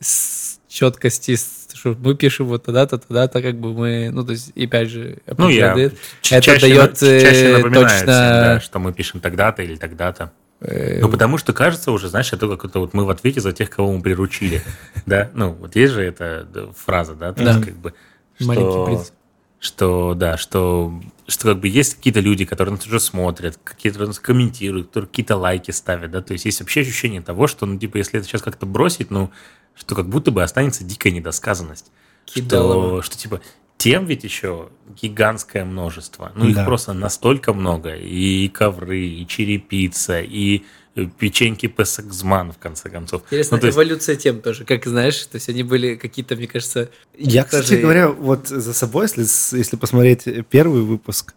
с четкости, с- что мы пишем вот тогда-то, тогда-то, как бы мы, ну, то есть, и опять же, Ну, я определяет, ч- Это дает, на- чаще э, напоминаю всем, точно- да, что мы пишем тогда-то или тогда-то. э, Ну, потому что кажется уже, знаешь, это как это вот мы в ответе за тех, кого мы приручили. *laughs* Да, ну, вот есть же эта да, фраза, да, то Да. есть как бы, Маленький что, принц. что, да, что, что как бы есть какие-то люди, которые нас уже смотрят, какие-то нас комментируют, которые какие-то лайки ставят, да, то есть есть вообще ощущение того, что, ну, типа, если это сейчас как-то бросить, ну, что как будто бы останется дикая недосказанность. Кидалово. Что, что, типа, тем ведь еще гигантское множество. Ну, их Да. просто настолько много. И ковры, и черепица, и э, печеньки песокзман, в конце концов. Интересно, Ну, то есть- эволюция тем тоже, как знаешь, то есть они были какие-то, мне кажется, Я, Тоже кстати и- говоря, вот за собой, если, с- если посмотреть первый выпуск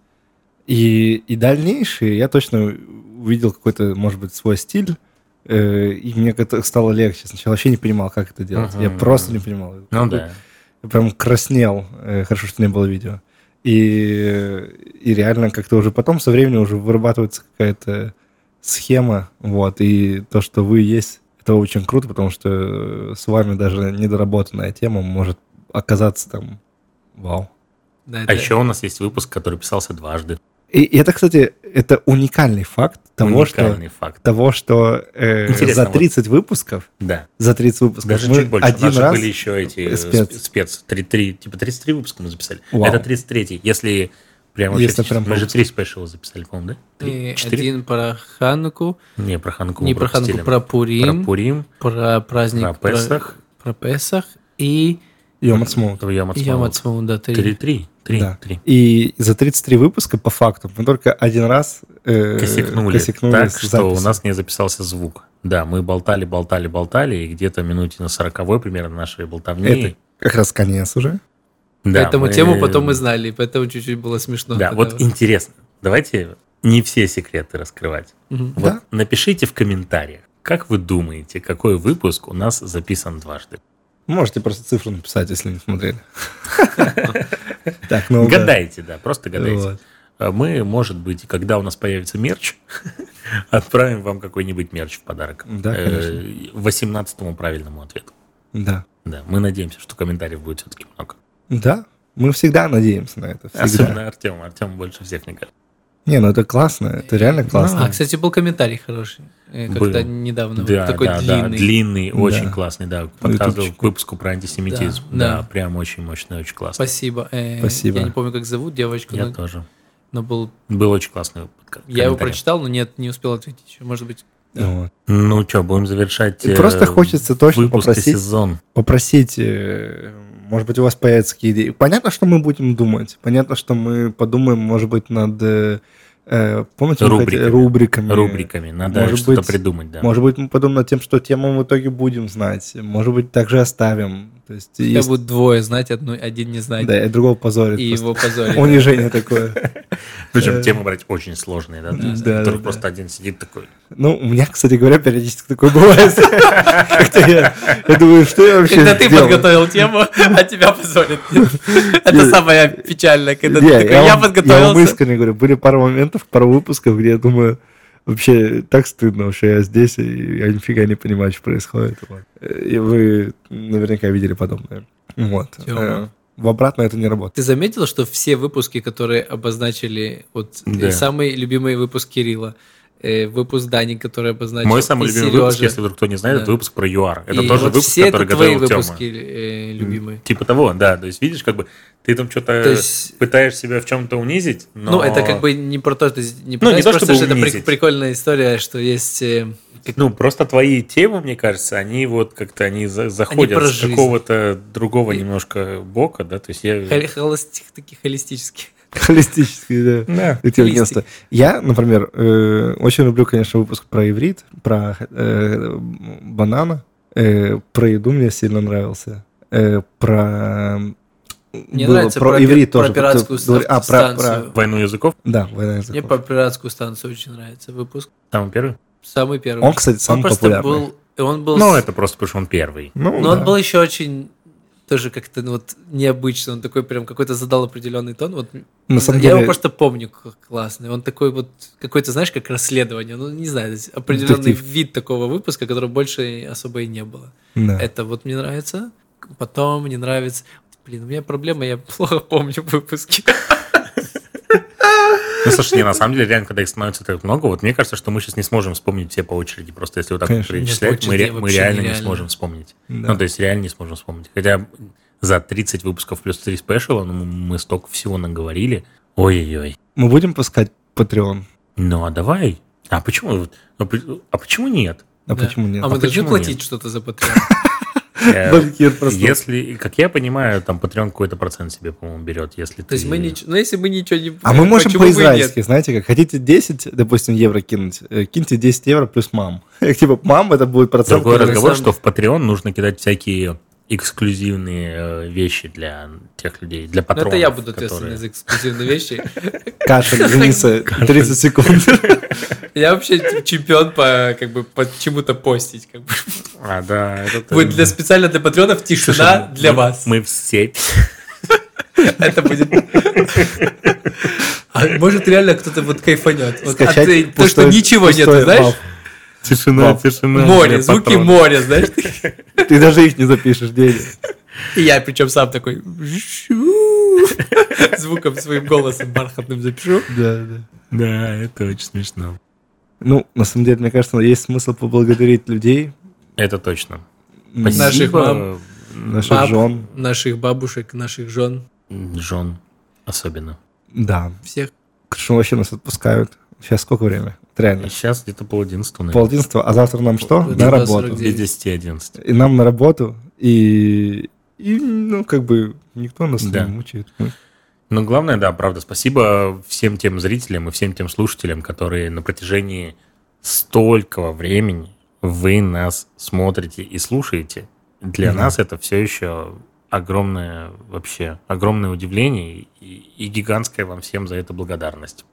и, и дальнейшие, я точно увидел какой-то, может быть, свой стиль, э, и мне как-то стало легче. Сначала вообще не понимал, как это делать. Я Мгм. просто не понимал. Ну да. Я прям краснел. Э, Хорошо, что не было видео. И, и реально как-то уже потом со временем уже вырабатывается какая-то схема. Вот. И то, что вы есть, это очень круто, потому что с вами даже недоработанная тема может оказаться там вау. да, А это- еще у нас есть выпуск, который писался дважды. И, и это, кстати, это уникальный факт того, что, Уникальный факт. того, что э, Интересно, за вот. 30 выпусков, Да. за 30 выпусков Даже мы чуть больше. один у нас же раз... были еще эти э, спец. спец. спец. Три- три- типа 33 выпуска мы записали. Вау. Это 33 Если прям вообще... Если прям мы же по- три спешила записали, по-моему, да? Три, И четыре? Э, один про Хануку, Не, про Ханку. не про Хануку, про Про Пурим, про, Пурим. праздник, Про Песах. про Песах и Йом Хацмаут. про Йом Хацмаут. Ям Ацмаут, да, три. Три, три, три, Да. три. И за 33 выпуска, по факту, мы только один раз э, Косякнули, косякнули так, с что у записью. нас не записался звук. Да, мы болтали, болтали, болтали, и где-то минуте на сороковой примерно нашей болтовни. Это как раз конец уже. Да, Поэтому мы- тему потом мы знали, и поэтому чуть-чуть было смешно. Да, от вот этого. интересно. Давайте не все секреты раскрывать. Мгм. Вот напишите в комментариях, как вы думаете, какой выпуск у нас записан дважды? Можете просто цифру написать, если *laughs* не смотрели. Так, ну да. гадайте, да, просто гадайте. Вот. А Мы, может быть, когда у нас появится мерч, *laughs* отправим вам какой-нибудь мерч в подарок. Да, Э, конечно. 18-му правильному ответу. Да. Да, мы надеемся, что комментариев будет все-таки много. Да, мы всегда надеемся на это. Всегда. Особенно Артем. Артем больше всех мне кажется. Не, ну это классно, это реально Ну, А, классно. кстати, был комментарий хороший. э, Как-то Был. недавно. Да, такой да, да, длинный. длинный, очень Да. Ну, классный, да. Подкаст был ютубчик. к выпуску про антисемитизм. Да, Да, да. прям очень мощный, очень классный. Спасибо. э, Спасибо. Я не помню, как зовут девочку, Я но, тоже. но был... Был очень классный подка- Я его комментарий. прочитал, но нет, не успел ответить. Может быть, Вот. Ну что, будем завершать. И э, просто хочется точно выпуск и попросить- сезон. Попросить, э, может быть, у вас появятся какие-то идеи. Понятно, что мы будем думать. Понятно, что мы подумаем, может быть, над... э, э, помните, мы хотели- Рубриками. рубриками. Рубриками. Надо может что-то быть, придумать, да. Может быть, мы подумаем над тем, что тему мы в итоге будем знать. Может быть, также оставим. То есть, Я есть- буду двое знать, одну, один не знать. да, и другого позорит. и просто. его позорить. *laughs* Унижение такое. Причем э, темы брать очень сложные, да? да, да, да, Который да. просто один сидит такой. Ну, у меня, кстати говоря, периодически такое бывает. *laughs* Как-то я я думаю, что я вообще Когда ты сделал? подготовил тему, *laughs* а тебя позорят. Это Нет. самое печальное, когда ты Не, такой, я вам- Я вам подготовился. искренне говорю, были пару моментов, пару выпусков, где я думаю, вообще так стыдно, что я здесь, и я нифига не понимаю, что происходит. Вот. Э, И вы наверняка видели подобное. Вот. Тема. Э, В обратно это не работает. Ты заметила, что все выпуски, которые обозначили вот э, Да. самые любимые выпуск Кирилла, э, выпуск Дани, который обозначил, Мой самый и любимый Серёжа. выпуск, если вдруг кто не знает, Да. это выпуск про ЮАР. Это И тоже вот выпуск, все который это твои готовил выпуски Тёма. э, любимые. Типа того, да. То есть, видишь, как бы ты там что-то То есть, пытаешь себя в чем-то унизить, Э, но... ну, это как бы не про то, что не Ну, про не то, то, просто чтобы что это при- унизить. прикольная история, что есть э, Ну, просто твои темы, мне кажется, они вот как-то, они за- заходят про с жизнь. какого-то другого И- немножко бока, да, то есть я... хол- холости- такие холистические. Холистически, да. Да. Интеллигентство. Я, например, э, очень люблю, конечно, выпуск про иврит, про э, банана, э, про еду мне сильно нравился, э, про... Мне было нравится про, пи- про пиратскую Говори- а, про, станцию. Войну языков, про- Да, «Война Мне языков». про пиратскую станцию очень нравится выпуск. самый первый. Самый первый. Он, кстати, самый просто популярный. был... и Он был Ну, с- это просто потому, что он первый. Ну, Но да. он был еще очень тоже как-то ну, вот необычно. Он такой прям какой-то задал определенный тон. Вот На самом я деле- его просто помню как классный. Он такой вот какой-то, знаешь, как расследование. Ну, не знаю, здесь определенный Детектив. вид такого выпуска, которого больше особо и не было. Да. Это вот мне нравится. Потом мне нравится. Блин, у меня проблема, я *laughs* плохо помню выпуски. Ну, слушай, не, на самом деле, реально, когда их становится так много, вот мне кажется, что мы сейчас не сможем вспомнить все по очереди. Просто если вот так вот Конечно. перечислять, Нет, по мы, ре- очереди мы вообще реально не нереально. сможем вспомнить. Да. Ну, то есть реально не сможем вспомнить. Хотя за 30 выпусков плюс 3 спешила ну, мы столько всего наговорили. Ой-ой-ой. Мы будем пускать Patreon. Ну, а давай. А почему? вот, а при- А почему *laughs* нет? А Да. почему нет? А мы должны почему платить нет? что-то за Patreon. Э, Банкир просто. Если, как я понимаю, там Patreon какой-то процент себе, по-моему, берет, если То есть ты- мы ничего... Ну, если мы ничего не... А мы можем почему бы и нет? по-израильски, знаете, как хотите 10, допустим, евро кинуть, э, киньте 10 евро плюс мам. *laughs* Типа мам это будет процент. Другой который- разговор, сам- что в Patreon нужно кидать всякие эксклюзивные э, вещи для тех людей, для Ну, патронов. это я буду ответственный которые- за эксклюзивные вещи. Кашель, Дениса, 30 секунд. Я вообще типа, чемпион по как бы по чему-то постить. Как бы. А, да, это *laughs* ты- Будет для, специально для патронов Слушай, ну, тишина мы- для вас. Мы все... *laughs* Это будет. А может, реально кто-то вот кайфанет. Вот от, Скачать э, то, что пустой- ничего пустой нету, знаешь? баф. Тишина, Баб. тишина. Море, звуки моря, знаешь? *laughs* Ты даже их не запишешь, Дени. И я причем сам такой *laughs* звуком своим голосом бархатным запишу. Да, да. *laughs* Да, это очень смешно. Ну, на самом деле, мне кажется, есть смысл поблагодарить людей. Это точно. М, Спасибо. Наших мам. Наших Баб. жен. Наших бабушек, наших жен, Джон особенно. Да. всех. Что вообще нас отпускают. Сейчас сколько времени? Реально. Сейчас где-то пол одиннадцатого. Полдинства, а завтра нам что? Пол- На да, работу. 49. Без десяти одиннадцать. И нам на работу, и, и ну, как бы никто нас Да. не мучает. Мы- Ну, главное, да, правда, спасибо всем тем зрителям и всем тем слушателям, которые на протяжении столького времени вы нас смотрите и слушаете. Для Да. нас это все еще огромное вообще, огромное удивление и, и гигантская вам всем за это благодарность.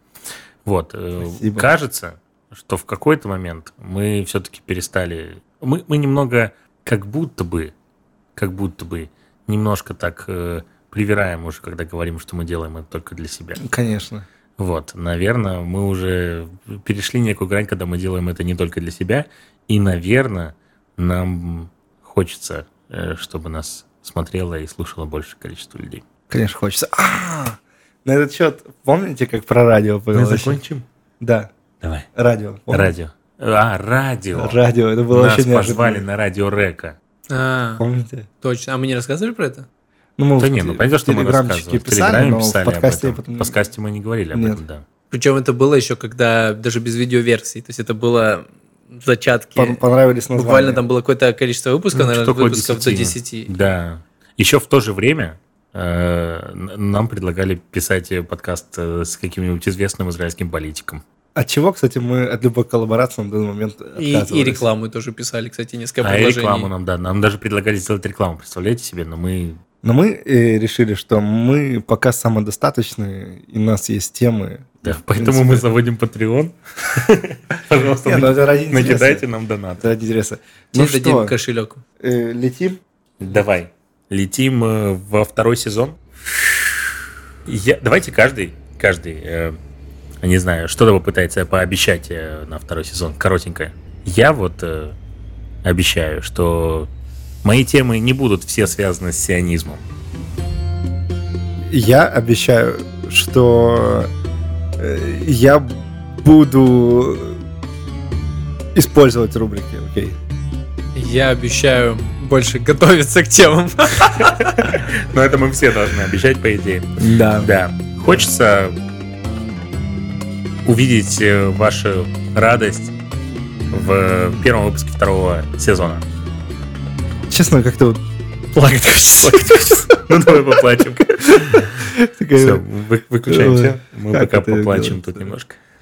Вот. э, Спасибо. Кажется, что в какой-то момент мы все-таки перестали... Мы, мы немного как будто бы, как будто бы немножко так э, привираем уже, когда говорим, что мы делаем это только для себя. Конечно. Вот, наверное, мы уже перешли некую грань, когда мы делаем это не только для себя. И, наверное, нам хочется, э, чтобы нас смотрело и слушало большее количество людей. Конечно, хочется. А, На этот счет, помните, как про радио было? вообще? Да, Давай. радио. помните? Радио. А, радио. Радио, это было Нас вообще позвали неожиданно. на радио Река. А, Помните? точно. А мы не рассказывали про это? Ну, мы Да в не, те- ну понятно, в что мы телеграмчике рассказывали. В писали, Телеграме но в писали об подкасте этом. потом- В подкасте мы не говорили об Нет. этом, да. Причем это было еще когда даже без видеоверсии. То есть это было зачатки. Пон- Понравились названия. Буквально там было какое-то количество выпусков, Ну, наверное, что такое выпусков до десятина? 10. Да. Еще в то же время э, н- нам предлагали писать э, подкаст э, с каким-нибудь известным израильским политиком. От А чего, кстати, мы от любой коллаборации на данный момент И, отказывались. и рекламу тоже писали, кстати, несколько А и предложений. рекламу нам, да, нам даже предлагали сделать рекламу, представляете себе, но мы... Но мы э, решили, что мы пока самодостаточны, и у нас есть темы. Да, В поэтому принципе, мы заводим Patreon. *laughs* Пожалуйста, Не, ну это *laughs* ради интереса. накидайте нам донат. Это ради интереса. Ну Тебе дадим что, кошелек. э, летим? Давай, летим э, во второй сезон. Я- давайте каждый, каждый, э, не знаю, что-то попытается пообещать э, на второй сезон, коротенькое. Я вот э, обещаю, что мои темы не будут все связаны с сионизмом. Я обещаю, что э, я буду использовать рубрики, окей. Я обещаю больше *laughs* готовиться к темам. Но это мы все должны обещать, по идее. Да. Хочется увидеть э, вашу радость в первом выпуске второго сезона. Честно, как-то вот *laughs* Плакать хочется. Ну давай поплачем. такая- Все, выключаемся. Мы Как пока это поплачем делается? тут немножко.